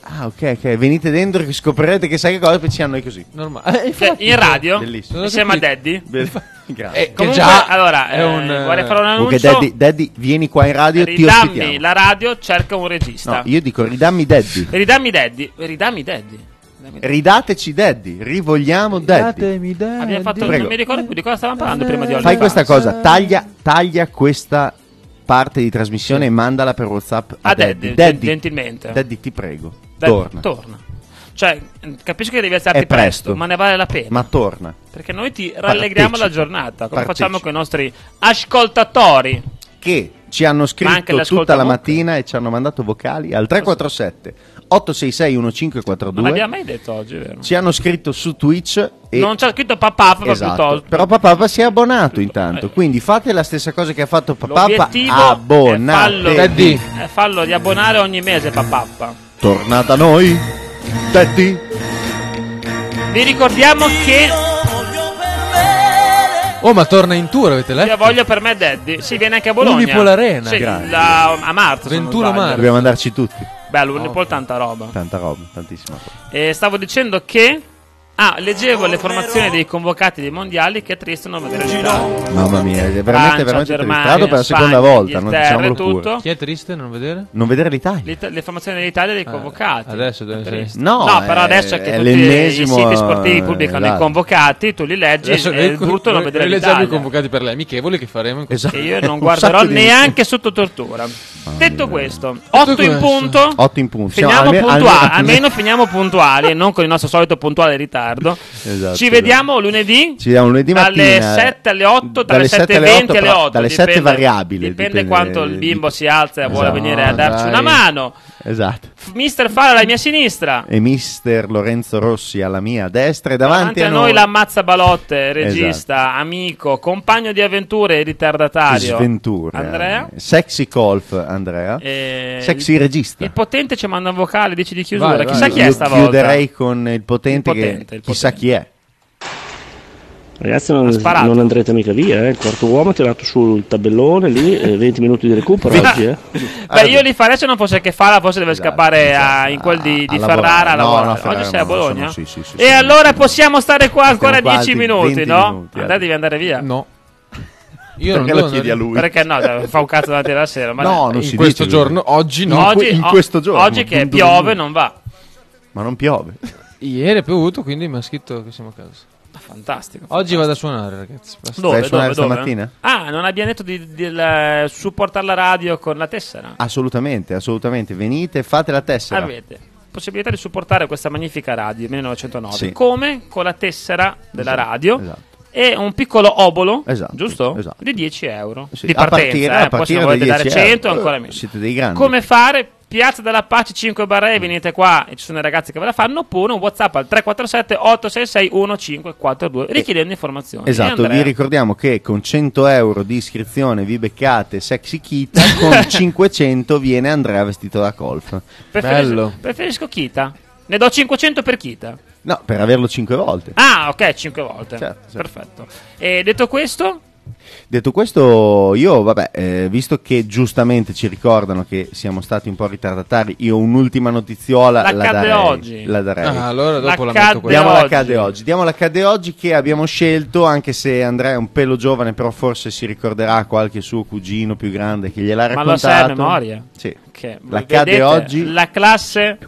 A: Ah, ok, ok. Venite dentro e scoprirete che sai che cosa e poi ci hanno noi così.
C: Normale. Eh,
B: Cioè,
C: infatti,
B: in radio,
A: Bellissimo.
B: insieme a
C: Capito.
B: Daddy.
A: Beh, Grazie.
C: eh, che
B: Comunque,
C: già
B: allora,
C: è
B: eh,
C: un, eh,
B: vorrei fare un
A: Comunque,
B: annuncio.
A: Daddy, Daddy, vieni qua in radio e ti
B: Ridammi
A: ospitiamo.
B: la radio, cerca un regista.
A: No, io dico ridammi Daddy.
B: Ridammi Daddy. Ridammi Daddy. Ridammi Daddy.
A: Ridateci Daddy, rivogliamo Daddy.
C: Datemi dai.
B: Abbiamo fatto,
A: Prego.
B: non mi ricordo più di cosa stavamo parlando prima di oggi.
A: Fai questa cosa, taglia, taglia questa parte di trasmissione e mandala per WhatsApp a,
B: A Daddy,
A: Daddy. Daddy,
B: gentilmente.
A: Daddy, ti prego,
B: Daddy,
A: torna.
B: Cioè, capisco che devi alzarti
A: È presto.
B: ma ne vale la pena.
A: Ma torna.
B: Perché noi ti rallegriamo la
A: Partecipa.
B: giornata, come facciamo
A: Partecipa.
B: con i nostri ascoltatori.
A: Che ci hanno
B: Ma anche
A: scritto
B: l'ascolta
A: tutta la
B: vocale.
A: mattina e ci hanno mandato vocali al 347 866 1542.
B: Non l'abbiamo mai detto oggi, vero?
A: Ci hanno scritto su Twitch e
B: Non c'è scritto papà, ma
A: Esatto.
B: piuttosto.
A: Però papà si è abbonato intanto,
B: Eh.
A: quindi fate la stessa cosa che ha fatto papà,
B: L'obiettivo è fallo,
A: abbonate.
C: Daddy.
B: eh, fallo di abbonare ogni mese papà.
A: Tornata a noi. Daddy.
B: Vi ricordiamo che
C: Oh, ma torna in tour, avete letto?
B: io voglio per me Daddy. Si viene anche a Bologna.
C: Eh? Unipol Arena.
B: Sì,
A: Grazie.
B: la- a marzo. se non
C: 21
B: sbaglio.
C: marzo.
A: Dobbiamo andarci tutti.
B: Bello, Unipol tanta roba.
A: Tanta roba, tantissima roba.
B: E stavo dicendo che Ah, leggevo le formazioni dei convocati dei mondiali che è triste non vedere l'Italia.
A: Mamma mia, è veramente
B: Francia,
A: veramente
B: Germania,
A: tristado per la
B: Spagna,
A: seconda volta, non
B: Inghilterra,
A: diciamolo pure.
B: tutto.
C: Chi è triste non vedere?
A: Non vedere l'Italia.
B: L'Ita- le formazioni dell'Italia dei convocati.
C: Eh, adesso deve
B: È
C: essere-
B: triste.
A: No, è-
B: però adesso è che
A: è
B: tutti i
A: l'ennesimo,
B: siti sportivi pubblicano
A: esatto.
B: i convocati, tu li leggi
C: Adesso
B: e Cioè, è
C: noi-
B: brutto non
C: noi-
B: vedere
C: noi leggiamo
B: l'Italia.
C: i convocati per le amichevoli che faremo in questo
A: Esatto.
B: E io
A: Un
B: non guarderò
A: sacco di-
B: neanche sotto tortura. Detto questo, 8 in
C: questo.
B: punto.
A: Otto in punto. Siamo
B: Finiamo
A: alme-
B: puntuali,
A: almeno-
B: almeno finiamo puntuali e non con il nostro solito puntuale ritardo.
A: Esatto,
B: Ci vediamo lunedì.
A: Ci vediamo lunedì
B: dalle
A: mattina. eh.
B: 7 alle 8, dalle
A: Dalle
B: 7
A: 7
B: e
A: alle
B: 20 alle
A: 8,
B: 8.
A: dalle 7 variabile,
B: Dipende,
A: dipende-
B: quanto il bimbo si alza e vuole
A: Esatto.
B: venire a
C: No,
B: darci
C: dai.
B: una mano.
A: Esatto.
B: Mister Fala alla mia sinistra.
A: e mister Lorenzo Rossi alla mia destra e davanti, Esatto.
B: Davanti a noi la Mazza Balotte, regista, amico, compagno di avventure e ritardatario.
A: Sventura.
B: Andrea. Eh,
A: Sexy Golf Andrea.
B: E
A: Sexy
B: il-
A: regista.
B: Il potente ci manda un vocale, dici di chiusura.
C: Vai, vai,
B: Chissà
C: vai.
B: chi è
A: Io
B: stavolta.
A: chiuderei con il potente,
B: Il potente,
A: che
B: il
A: chissà
B: potente.
A: chi è.
D: Ragazzi,
B: Ha
D: non,
B: sparato.
D: non andrete mica via, eh. Il quarto uomo ha tirato sul tabellone lì, eh, 20 minuti di recupero oggi, eh.
B: Beh, io li farei se non fosse che Fala, forse deve
A: Esatto,
B: scappare
A: esatto.
B: a- in quel di,
A: A-
B: di
A: a
B: Ferrara. a
A: lavorare. No,
B: lavorare.
A: no,
B: Oggi
A: Ferrara
B: sei a
A: no, sono-
B: Bologna?
A: sì, sì, sì,
B: e
A: sì.
B: allora possiamo stare qua ancora
A: Stiamo qua
B: 10
A: alti-
B: minuti,
A: 20
B: no?
A: minuti, eh.
B: Andate, devi andare via.
C: No. Io non
A: Perché
C: devo
A: lo chiedi a
C: andare-
A: lui?
B: Perché no? cioè, fa un cazzo davanti alla sera. Ma
A: No,
B: dai.
A: non
C: in
A: si
C: questo
A: dice
C: giorno, oggi no.
B: oggi,
A: in
B: o-
A: questo giorno.
B: oggi che
A: Dun, dun,
B: piove
A: dun.
B: non va.
A: Ma non piove.
C: Ieri è piovuto, quindi mi ha scritto che siamo a casa.
B: Ah, Fantastico.
C: Oggi vado a suonare, ragazzi. Basta.
B: Dove,
A: Stai suonando
B: dove,
A: stamattina?
B: Ah, non abbiamo detto di, di, eh, supportare la radio con la tessera.
A: Assolutamente, assolutamente. Venite, fate la tessera.
B: Avete possibilità di supportare questa magnifica radio 1909.
A: Sì.
B: Come? Con la tessera della
A: Esatto,
B: radio.
A: esatto.
B: E un piccolo obolo,
A: Esatto,
B: giusto?
A: esatto.
B: Di 10 euro
A: Sì,
B: di
A: a
B: partenza.
A: partire-
B: eh,
A: a
B: Poi se
A: partire
B: ne volete
A: dai
B: dare
A: 10 euro,
B: 100 ancora
A: eh,
B: meno.
A: siete dei grandi.
B: Come fare? Piazza della Pace 5 barre, venite qua e ci sono i ragazzi che ve la fanno. Oppure un WhatsApp al 347 866 1542 richiedendo informazioni. E
A: Eh, Esatto,
B: Andrea-
A: vi ricordiamo che con 100 euro di iscrizione vi beccate Sexy Kita, con 500 viene Andrea vestito da golf.
B: Preferisco,
C: Bello.
B: preferisco Kita. Ne do 500 per Kita.
A: No, per averlo 5 volte.
B: Ah, ok, 5 volte.
A: Certo, certo.
B: Perfetto. E detto questo,
A: Detto questo, io, vabbè, eh, visto che giustamente ci ricordano che siamo stati un po' ritardatari, io un'ultima notiziola
B: La
A: la,
B: cade
A: darei.
B: oggi.
A: La darei.
C: Ah, allora dopo la,
B: La
C: metto quella.
A: Diamo la
B: oggi.
A: cade oggi. Diamo la cade oggi che abbiamo scelto, anche se Andrea è un pelo giovane, però forse si ricorderà qualche suo cugino più grande che gliel'ha
B: Ma
A: raccontato.
B: lo sai a memoria?
A: Sì.
B: che
A: La
B: voi
A: cade
B: vedete,
A: oggi,
B: La classe,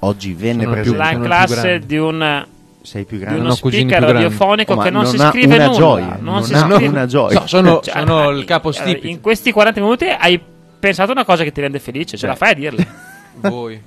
A: oggi venne
C: Sono
A: presente.
B: la
C: più
B: classe
C: grande.
B: di un
A: Sei più
B: di
A: grande.
B: uno
C: hanno cugini
B: speaker
C: più grandi.
B: radiofonico
A: Oh, ma
B: che non, si
A: ha
B: scrive
A: una
B: nulla.
A: Gioia,
B: non
A: non
B: si
A: ha
B: scrive-
A: una gioia.
C: So, sono,
B: Cioè,
C: sono
B: ah,
C: il
B: allora,
C: capostipite.
B: In questi 40 minuti hai pensato a una cosa che ti rende felice,
A: Eh.
B: ce la fai a dirla.
C: Voi.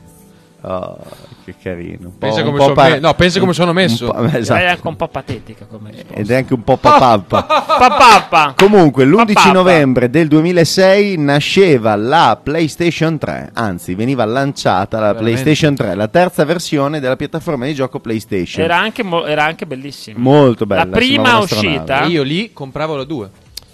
A: Oh, che carino. Un po'-
C: Pensa
A: un
C: come
A: po'
C: sono me- no, pensa come sono
A: un
C: messo.
A: po'- esatto.
B: È anche un po' patetica come risposta.
A: Ed è anche un po' papappa.
B: Papappa.
A: Comunque, l'11
B: Papà.
A: novembre del 2006 nasceva la PlayStation 3, anzi veniva lanciata la
C: Veramente?
A: PlayStation 3, la terza versione della piattaforma di gioco PlayStation.
B: Era anche, mo- era anche bellissima.
A: Molto bella.
B: La prima
A: sembrava
B: uscita
A: un'astronave.
C: Io lì compravo la 2.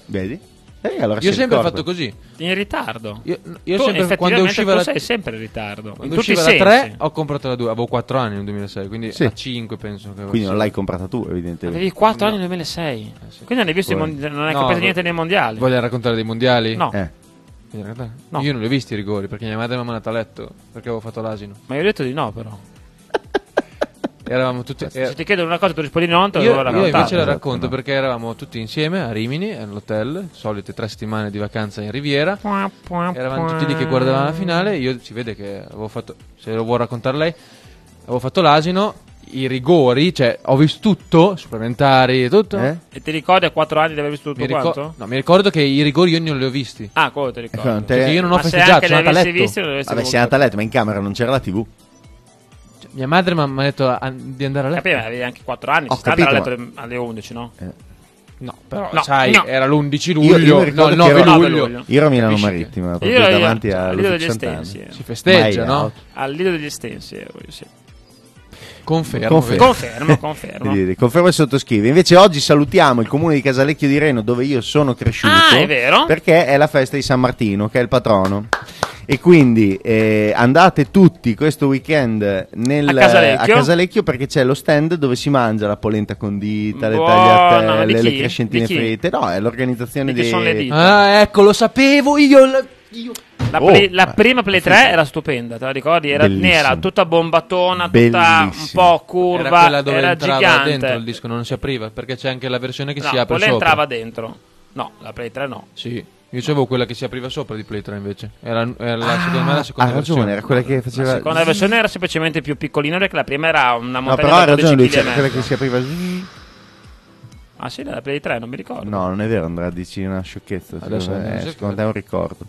A: Vedi? Eh, allora
C: Io ho
A: si
C: sempre
A: ricorda.
C: fatto così.
B: in ritardo.
C: Io, io
B: Tu,
C: sempre,
B: effettivamente,
C: quando usciva
B: tu
C: la,
B: sei sempre in ritardo. in
C: quando
B: tutti i
C: usciva
B: sensi.
C: la 3, ho comprato la 2. Avevo 4 anni nel 2006, quindi
A: Sì.
C: a 5 penso. Che
A: Quindi non l'hai comprata tu, evidentemente.
B: Avevi 4 anni nel 2006. Quindi non hai visto i
A: Poi-
B: mondi- non hai
C: Eh, No,
B: capito
C: no.
B: niente nei mondiali.
C: Voglio raccontare dei mondiali?
B: No,
A: Eh,
C: Vogliamo raccontare?
B: No.
C: Io non li ho visti i rigori perché mia madre mi ha mandato a letto perché avevo fatto l'asino.
B: ma io ho detto di no, però.
C: Eravamo tutti.
B: Se ti chiedono una cosa, tu rispondi di no, non te
C: Eh, Io,
B: la
C: io
B: devo raccontare.
C: invece la
A: esatto,
C: racconto
A: no.
C: perché eravamo tutti insieme a Rimini, all'hotel, solite tre settimane di vacanza in Riviera. Eravamo tutti lì che guardavamo la finale. Io si vede che avevo fatto. Se lo vuol raccontare lei, avevo fatto l'asino, i rigori, cioè ho visto tutto, supplementari e tutto.
A: eh?
B: E ti ricordi a 4 anni di aver visto tutto
C: Mi, ricor-
B: quanto?
C: no, mi ricordo che i rigori io non li ho visti.
B: Ah, quello te ricordo.
A: Eh, te-
C: Perché io non ho
B: Ma se
C: festeggiato,
B: anche
C: sono
B: le
C: andato a
B: avessi
C: letto.
B: viste, non avresti
A: Vabbè, sei
B: voluto.
A: andata a letto, ma in camera non c'era la TV.
C: Cioè, mia madre mi ha mi ha detto a- di andare a letto.
B: Capiva, avevi anche 4 anni.
A: Ho
B: si sta andando
A: capito,
B: a letto alle 11, no?
C: No, però
B: No,
C: sai,
B: no.
C: era l'11
A: Io- io
C: luglio,
A: mi
C: no,
A: ricordo
C: il
A: che
C: 9
A: ero-
B: nove
C: luglio.
B: luglio.
A: Io ero a Milano
C: Capisci
A: Marittima,
B: Io
A: proprio
B: ero
A: davanti
B: io, al
A: al
B: Lido degli Estensi.
A: Sant'Anna.
B: ero.
C: Si festeggia,
A: Mai
C: no?
A: out.
B: Al Lido degli Estensi ero io, sì.
C: Confermo.
A: Confermo.
C: vero.
B: Confermo, confermo.
A: Vedi, Confermo e sottoscrivi. Invece oggi salutiamo il comune di Casalecchio di Reno dove io sono cresciuto.
B: Ah, è vero.
A: Perché è la festa di San Martino, che è il patrono. E quindi eh, andate tutti questo weekend nel-
B: A Casalecchio.
A: a Casalecchio perché c'è lo stand dove si mangia la polenta condita, le
B: Buona, ma di
A: tagliatelle,
B: chi?
A: le crescentine
B: Di chi?
A: fritte. No, è l'organizzazione
B: Di chi
A: di...
B: sono le dita?
C: Ah, ecco, lo sapevo io. la- io-
B: La,
A: Oh,
B: play- la
A: ma-
B: prima Play
A: ma
B: 3
A: finta.
B: era stupenda, te la ricordi? Era
A: Bellissimo.
B: nera, tutta bombatona, tutta un
A: Bellissimo.
B: po'
C: era
B: curva,
C: quella
B: era,
C: dove entrava
B: gigante.
C: dentro il disco, non si apriva, perché c'è anche la versione che
B: no,
C: si apre
B: quella
C: sopra.
B: entrava dentro. No, la Play 3 no.
C: Sì. Io avevo quella che si apriva sopra di Play 3 invece. Era, era la, secondo me la
A: Ah, Ha
C: seconda
A: ragione, era
C: versione.
A: quella che
B: La
A: faceva...
B: seconda versione era semplicemente più piccolina perché la prima era una
A: No,
B: montagna
A: però ha
B: da 12
A: ragione lui,
B: kg e
A: c'era quella
B: mezzo.
A: che si apriva...
B: Ah sì, la Play 3, non mi ricordo.
A: No, non è vero, Andrea, dici una sciocchezza.
C: Adesso
A: secondo me,
C: non so
A: eh, secondo te è un ricordo.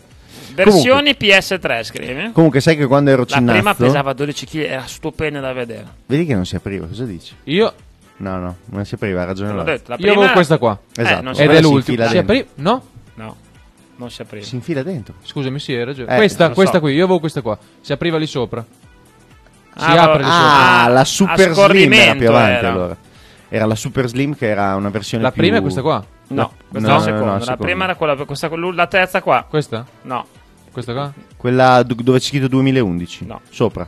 B: Versioni PS3, scrivi.
A: Comunque, sai che quando ero
B: La prima
A: cinnazzo,
B: pesava 12 kg, era stupenda da vedere.
A: vedi che non si apriva. Cosa dici?
C: Io,
A: No, no, non si apriva, ha ragione
B: Te l'ho
A: loro.
B: detto, la
C: io
B: prima
C: avevo questa qua.
A: Esatto.
B: non si
C: Ed
A: era
C: è
A: si
C: l'ultima.
A: fila
C: Si
A: dentro.
C: aprì? No?
B: No. Non si apriva.
A: Si infila dentro.
C: Scusami, sì, hai ragione.
A: Eh,
C: questa,
B: lo
C: questa
B: so.
C: qui, io avevo questa qua. Si apriva lì sopra. Si
B: Ah,
C: apre lì
B: ah,
C: sopra.
A: Ah, la Super
B: A
A: Slim era più
B: scorrimento
A: avanti
B: era.
A: allora. Era la Super Slim che era una versione
C: La
A: più...
C: prima è questa qua.
B: No, questa
A: no,
B: è la
A: no,
B: seconda.
A: no,
B: la
A: seconda.
B: prima era quella, questa, quella- la terza qua.
C: Questa?
B: No,
C: Questa qua?
A: Quella d- dove c'è scritto 2011.
B: No.
A: Sopra.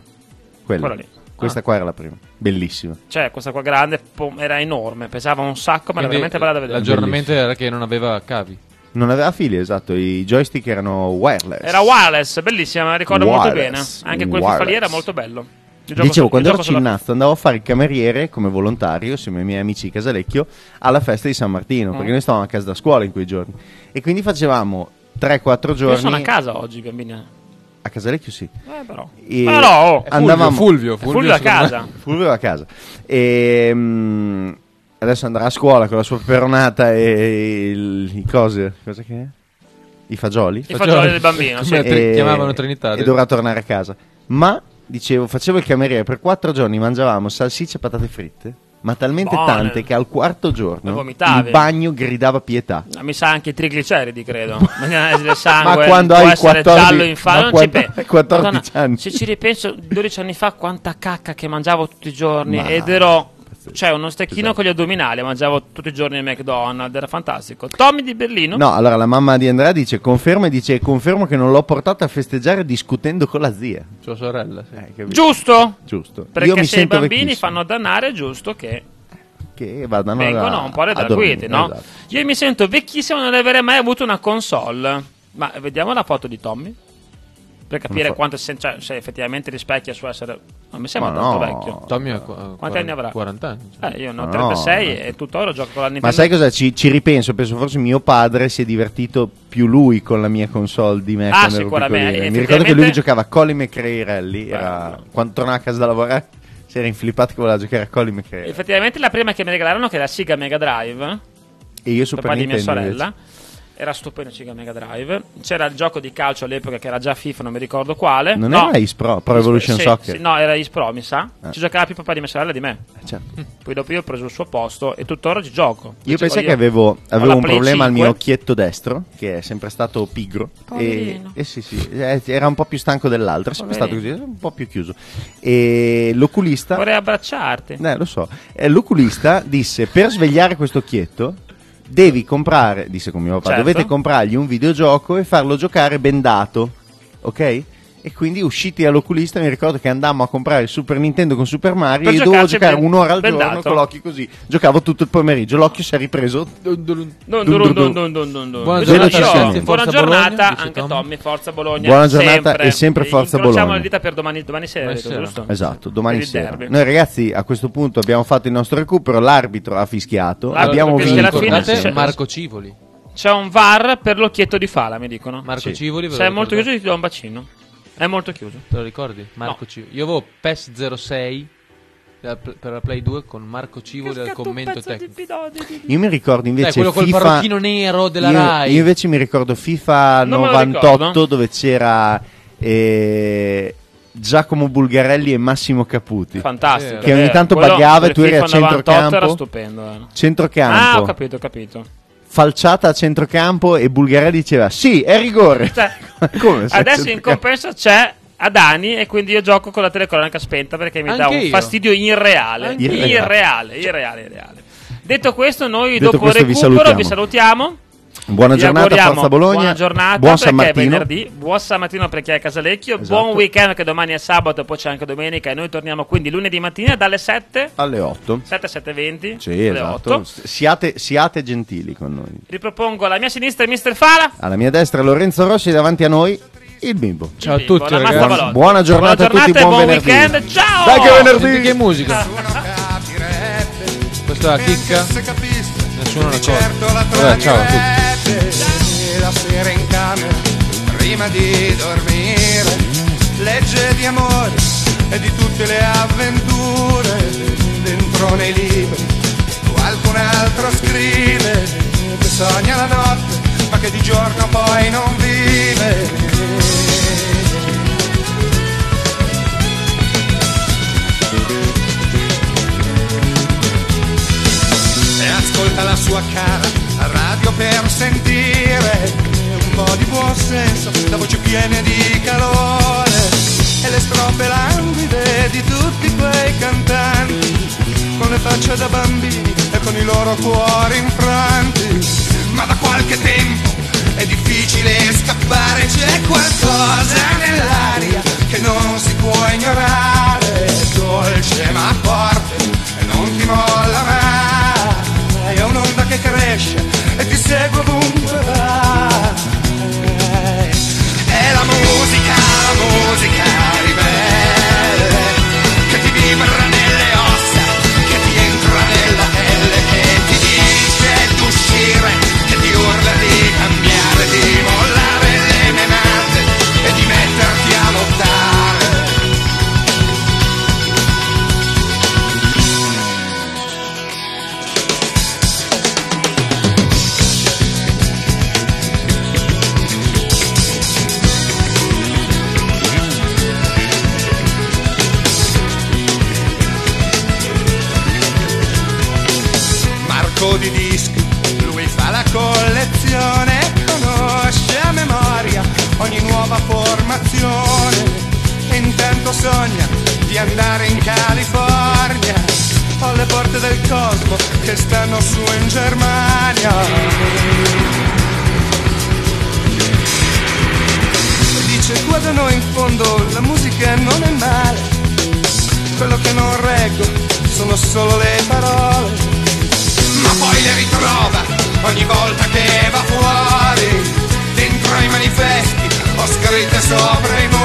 A: Quella.
B: Quella lì. Ah.
A: Questa qua era la prima. Bellissima.
B: cioè questa qua grande pom- era enorme, pesava un sacco, ma era
C: Quindi
B: veramente bella da vedere.
C: L'aggiornamento era che non aveva cavi.
A: Non aveva fili, esatto. I joystick erano wireless.
B: Era wireless, bellissima, me la ricordo
A: Wireless,
B: molto bene. Anche quel
A: wireless.
B: FIFA lì era molto bello. Il gioco
A: Dicevo,
B: su-
A: quando
B: il
A: ero
B: gioco sulla-
A: cinnazzo andavo a fare il cameriere come volontario, insieme ai miei amici di Casalecchio, alla festa di San Martino,
B: Mm.
A: perché noi stavamo a casa da scuola in quei giorni. E quindi facevamo 3-4 giorni...
B: Io sono a casa oggi, bambini. Eh,
A: A Casalecchio sì.
B: però.
A: E
B: Però,
C: Eh,
B: oh,
A: andavamo...
C: Fulvio, Fulvio,
B: è full da
C: secondo me-
B: casa.
A: Fulvio a casa. E, mm, adesso andrà a scuola con la sua peronata e il, i cose... Cosa che è? I fagioli?
B: I fagioli del bambino, sì.
C: Come la tri- Cioè, chiamavano Trinità.
A: Eh, e dovrà tornare a casa. Ma dicevo, facevo il cameriere per quattro giorni, mangiavamo salsicce e patate fritte, ma talmente
B: Buone.
A: tante che al quarto
B: Le
A: giorno
B: vomitavi.
A: il bagno gridava pietà.
B: Ah, Mi sa anche i trigliceridi, credo. Il sangue
A: Ma quando
B: può
A: hai
B: essere
A: 14
B: giallo infame,
A: ma
B: non
A: quando
B: ci
A: hai
B: pe-
A: 14 anni.
B: Se ci ripenso, 12 anni fa, quanta cacca che mangiavo tutti i giorni.
A: Ma-
B: Ed ero.
A: Pazzesco. esatto.
B: Cioè, uno stecchino con gli addominali, mangiavo tutti i giorni al McDonald's, era fantastico. Tommy di Berlino.
A: No, allora la mamma di Andrea dice conferma e dice confermo che non l'ho portato a festeggiare discutendo con la zia.
C: Sua sorella, sì.
A: Eh, capito?
B: Giusto?
A: Giusto. Io
B: Perché
A: mi
B: se i
A: sento
B: bambini
A: vecchissimo.
B: fanno dannare, è giusto che
A: che vadano
B: vengono un po' redarguiti, no?
A: esatto.
B: Io mi sento vecchissimo non avere mai avuto una console. Ma vediamo la foto di Tommy. Per capire
A: fa-
B: quanto se, cioè, se effettivamente rispecchia il suo essere. Non mi sembra
A: Ma
B: tanto
A: no.
B: vecchio.
C: Tommy ha qu-
B: Quanti anni avrà?
C: 40 anni. cioè.
B: Eh, io ne ho
A: No,
B: 36
A: no.
B: e tuttora gioco con la Nintendo.
A: Ma sai cosa? Ci, ci ripenso, penso forse mio padre si è divertito più lui con la mia console di me.
B: Ah,
A: quando ero
B: sicuramente,
A: piccolino. Mi
B: effettivamente-
A: ricordo che lui giocava a Colin McRae Rally, era-
B: Bello.
A: quando tornava a casa da lavorare si era inflippato che voleva giocare a Colin McRae.
B: Effettivamente la prima che mi regalarono, che era Sega Mega Drive,
A: e io
B: per
A: Super
B: papà di mia
A: Nintendo
B: sorella.
A: invece.
B: Era stupendo Sega Mega Drive. C'era il gioco di calcio all'epoca che era già FIFA, non mi ricordo quale.
A: Non
B: no.
A: era Is Pro, Pro Evolution
B: Sì,
A: Soccer.
B: sì, no, era Ispro, mi sa.
A: Ah.
B: Ci giocava più papà di mia sorella di me.
A: Eh, certo.
B: Poi dopo io ho preso il suo posto e tuttora ci gioco.
A: Io
B: Cioè,
A: pensavo
B: voglio-
A: che avevo, avevo
B: ho la
A: un
B: Play
A: problema al mio
B: 5.
A: occhietto destro, che è sempre stato pigro. E,
B: Poverino.
A: e sì, sì, eh, era un po' più stanco dell'altro, è sempre stato così,
B: Poverino.
A: un po' più chiuso. E l'oculista...
B: Vorrei abbracciarti.
A: Eh, lo so. Eh, l'oculista disse: per svegliare questo occhietto, devi comprare. Disse con mio papà:
B: Certo.
A: dovete comprargli un videogioco e farlo giocare bendato. Ok? E quindi usciti dall'oculista mi ricordo che andammo a comprare il Super Nintendo con Super Mario
B: Per
A: e dovevo
B: giocarci
A: giocare
B: ben-
A: un'ora al
B: bendato.
A: giorno con l'occhio così. Giocavo tutto il pomeriggio, l'occhio si è ripreso.
B: Dun,
A: Dun,
B: dun,
A: dun, dun.
B: dun, dun, dun, dun.
C: Buona
B: Quindi
A: giornata,
B: io-
A: Tommy.
B: buona
C: Forza
B: giornata
C: Bologna, dice
B: anche
C: Tommy.
B: Tommy, Forza Bologna.
A: Buona giornata e sempre Forza
B: Incrociamo
A: Bologna.
B: le dita per domani, domani sera,
C: Domani
B: detto,
C: sera.
B: giusto?
A: Esatto, domani
B: Per il
A: sera.
B: derby.
A: Noi ragazzi a questo punto abbiamo fatto il nostro recupero, l'arbitro ha fischiato,
B: L'arbitro
A: abbiamo
B: fischia
A: vinto.
B: alla fine,
C: Ricordate
B: sì.
C: Marco Civoli.
B: C'è un VAR per l'occhietto di Fala, mi dicono.
C: Marco
A: Sì.
C: Civoli, ve lo
B: Se è molto
C: ricordate?
B: chiuso ti do un bacino. È molto chiuso.
C: Te lo ricordi? Marco
B: No.
C: Civoli. Io avevo PES 06 da- per la Play 2 con Marco Civoli al commento tecnico.
A: Io mi ricordo invece
C: Dai, quello col
A: FIFA...
C: parrucchino nero della
A: io,
C: Rai.
A: io invece mi ricordo FIFA
B: Non me lo
A: 98
B: ricordo.
A: dove c'era eh, Giacomo Bulgarelli e Massimo Caputi.
B: Fantastico.
A: Che ogni
B: vero.
A: tanto
B: Quello
A: pagava
B: del
A: e tu eri a
B: FIFA 98 Era
A: centrocampo.
B: stupendo. eh. Ah, ho
A: Centrocampo,
B: capito, ho capito.
A: falciata a centrocampo e Bulgarelli diceva sì, è rigore.
B: Cioè,
A: Come se a
B: adesso in
A: centrocampo?
B: compenso c'è Adani e quindi io gioco con la telecronaca spenta perché mi dà
C: Anche
B: un
C: io.
B: fastidio irreale.
A: Anche
B: Irreale,
A: io.
B: irreale, irreale, irreale. Detto questo, noi
A: Detto
B: dopo il
A: questo vi
B: recupero vi salutiamo.
A: salutiamo.
B: Vi
A: Buona giornata,
B: auguriamo
A: Forza Bologna.
B: Buona giornata
A: buon
B: perché
A: San
B: è
A: Martino.
B: venerdì. Buon San Martino per chi è a Casalecchio.
A: Esatto.
B: Buon weekend che domani è sabato, poi c'è anche domenica. E noi torniamo quindi lunedì mattina dalle 7,
A: Alle 8.
B: 7, 7.20,
A: Sì,
B: alle
A: esatto.
B: 8.
A: S- Siate, siate gentili con noi.
B: Ripropongo alla mia sinistra il Mister Fala.
A: Alla mia destra Lorenzo Rossi, davanti a noi il bimbo.
C: Ciao a
B: Bimbo,
C: tutti,
B: la Mazza
A: Buona-
C: ragazzi.
B: Balotti.
A: buona giornata a
B: buona giornata
A: tutti,
B: e
A: buon
B: buon
A: venerdì.
B: weekend. Ciao!
A: Dai che è venerdì!
C: Senti che musica.
I: Nessuno capirebbe,
C: Questa è la chicca.
I: se capisse,
C: Nessuno la
I: certo la
C: cosa. Vabbè, ciao a tutti.
I: tradirebbe. La sera in camera, prima di dormire, legge di amore e di tutte le avventure. Dentro nei libri, qualcun altro scrive che sogna la notte, ma che di giorno poi non vive. e ascolta la sua cara radio per sentire un po' di senso, la voce piena di calore e le strofe languide di tutti quei cantanti con le facce da bambini e con i loro cuori infranti. Ma da qualche tempo è difficile scappare, c'è qualcosa nell'aria che non si può ignorare, è dolce ma forte e non ti molla mai, è un'onda che cresce e ti segue ovunque va. È la musica, la musica ribelle, che ti vibra nelle ossa, che ti entra nella pelle, che ti dice d'uscire, che ti urla di cambiare, di mollare le menate e di metterti a lottare. Marco di dischi, lui fa la collezione, conosce a memoria ogni nuova formazione. E intanto sogna di andare in California, alle porte del cosmo che stanno su in Germania. Dice qua da noi in fondo la musica non è male, quello che non reggo sono solo le parole ma poi le ritrova ogni volta che va fuori. Dentro i manifesti ho scritte sopra i muri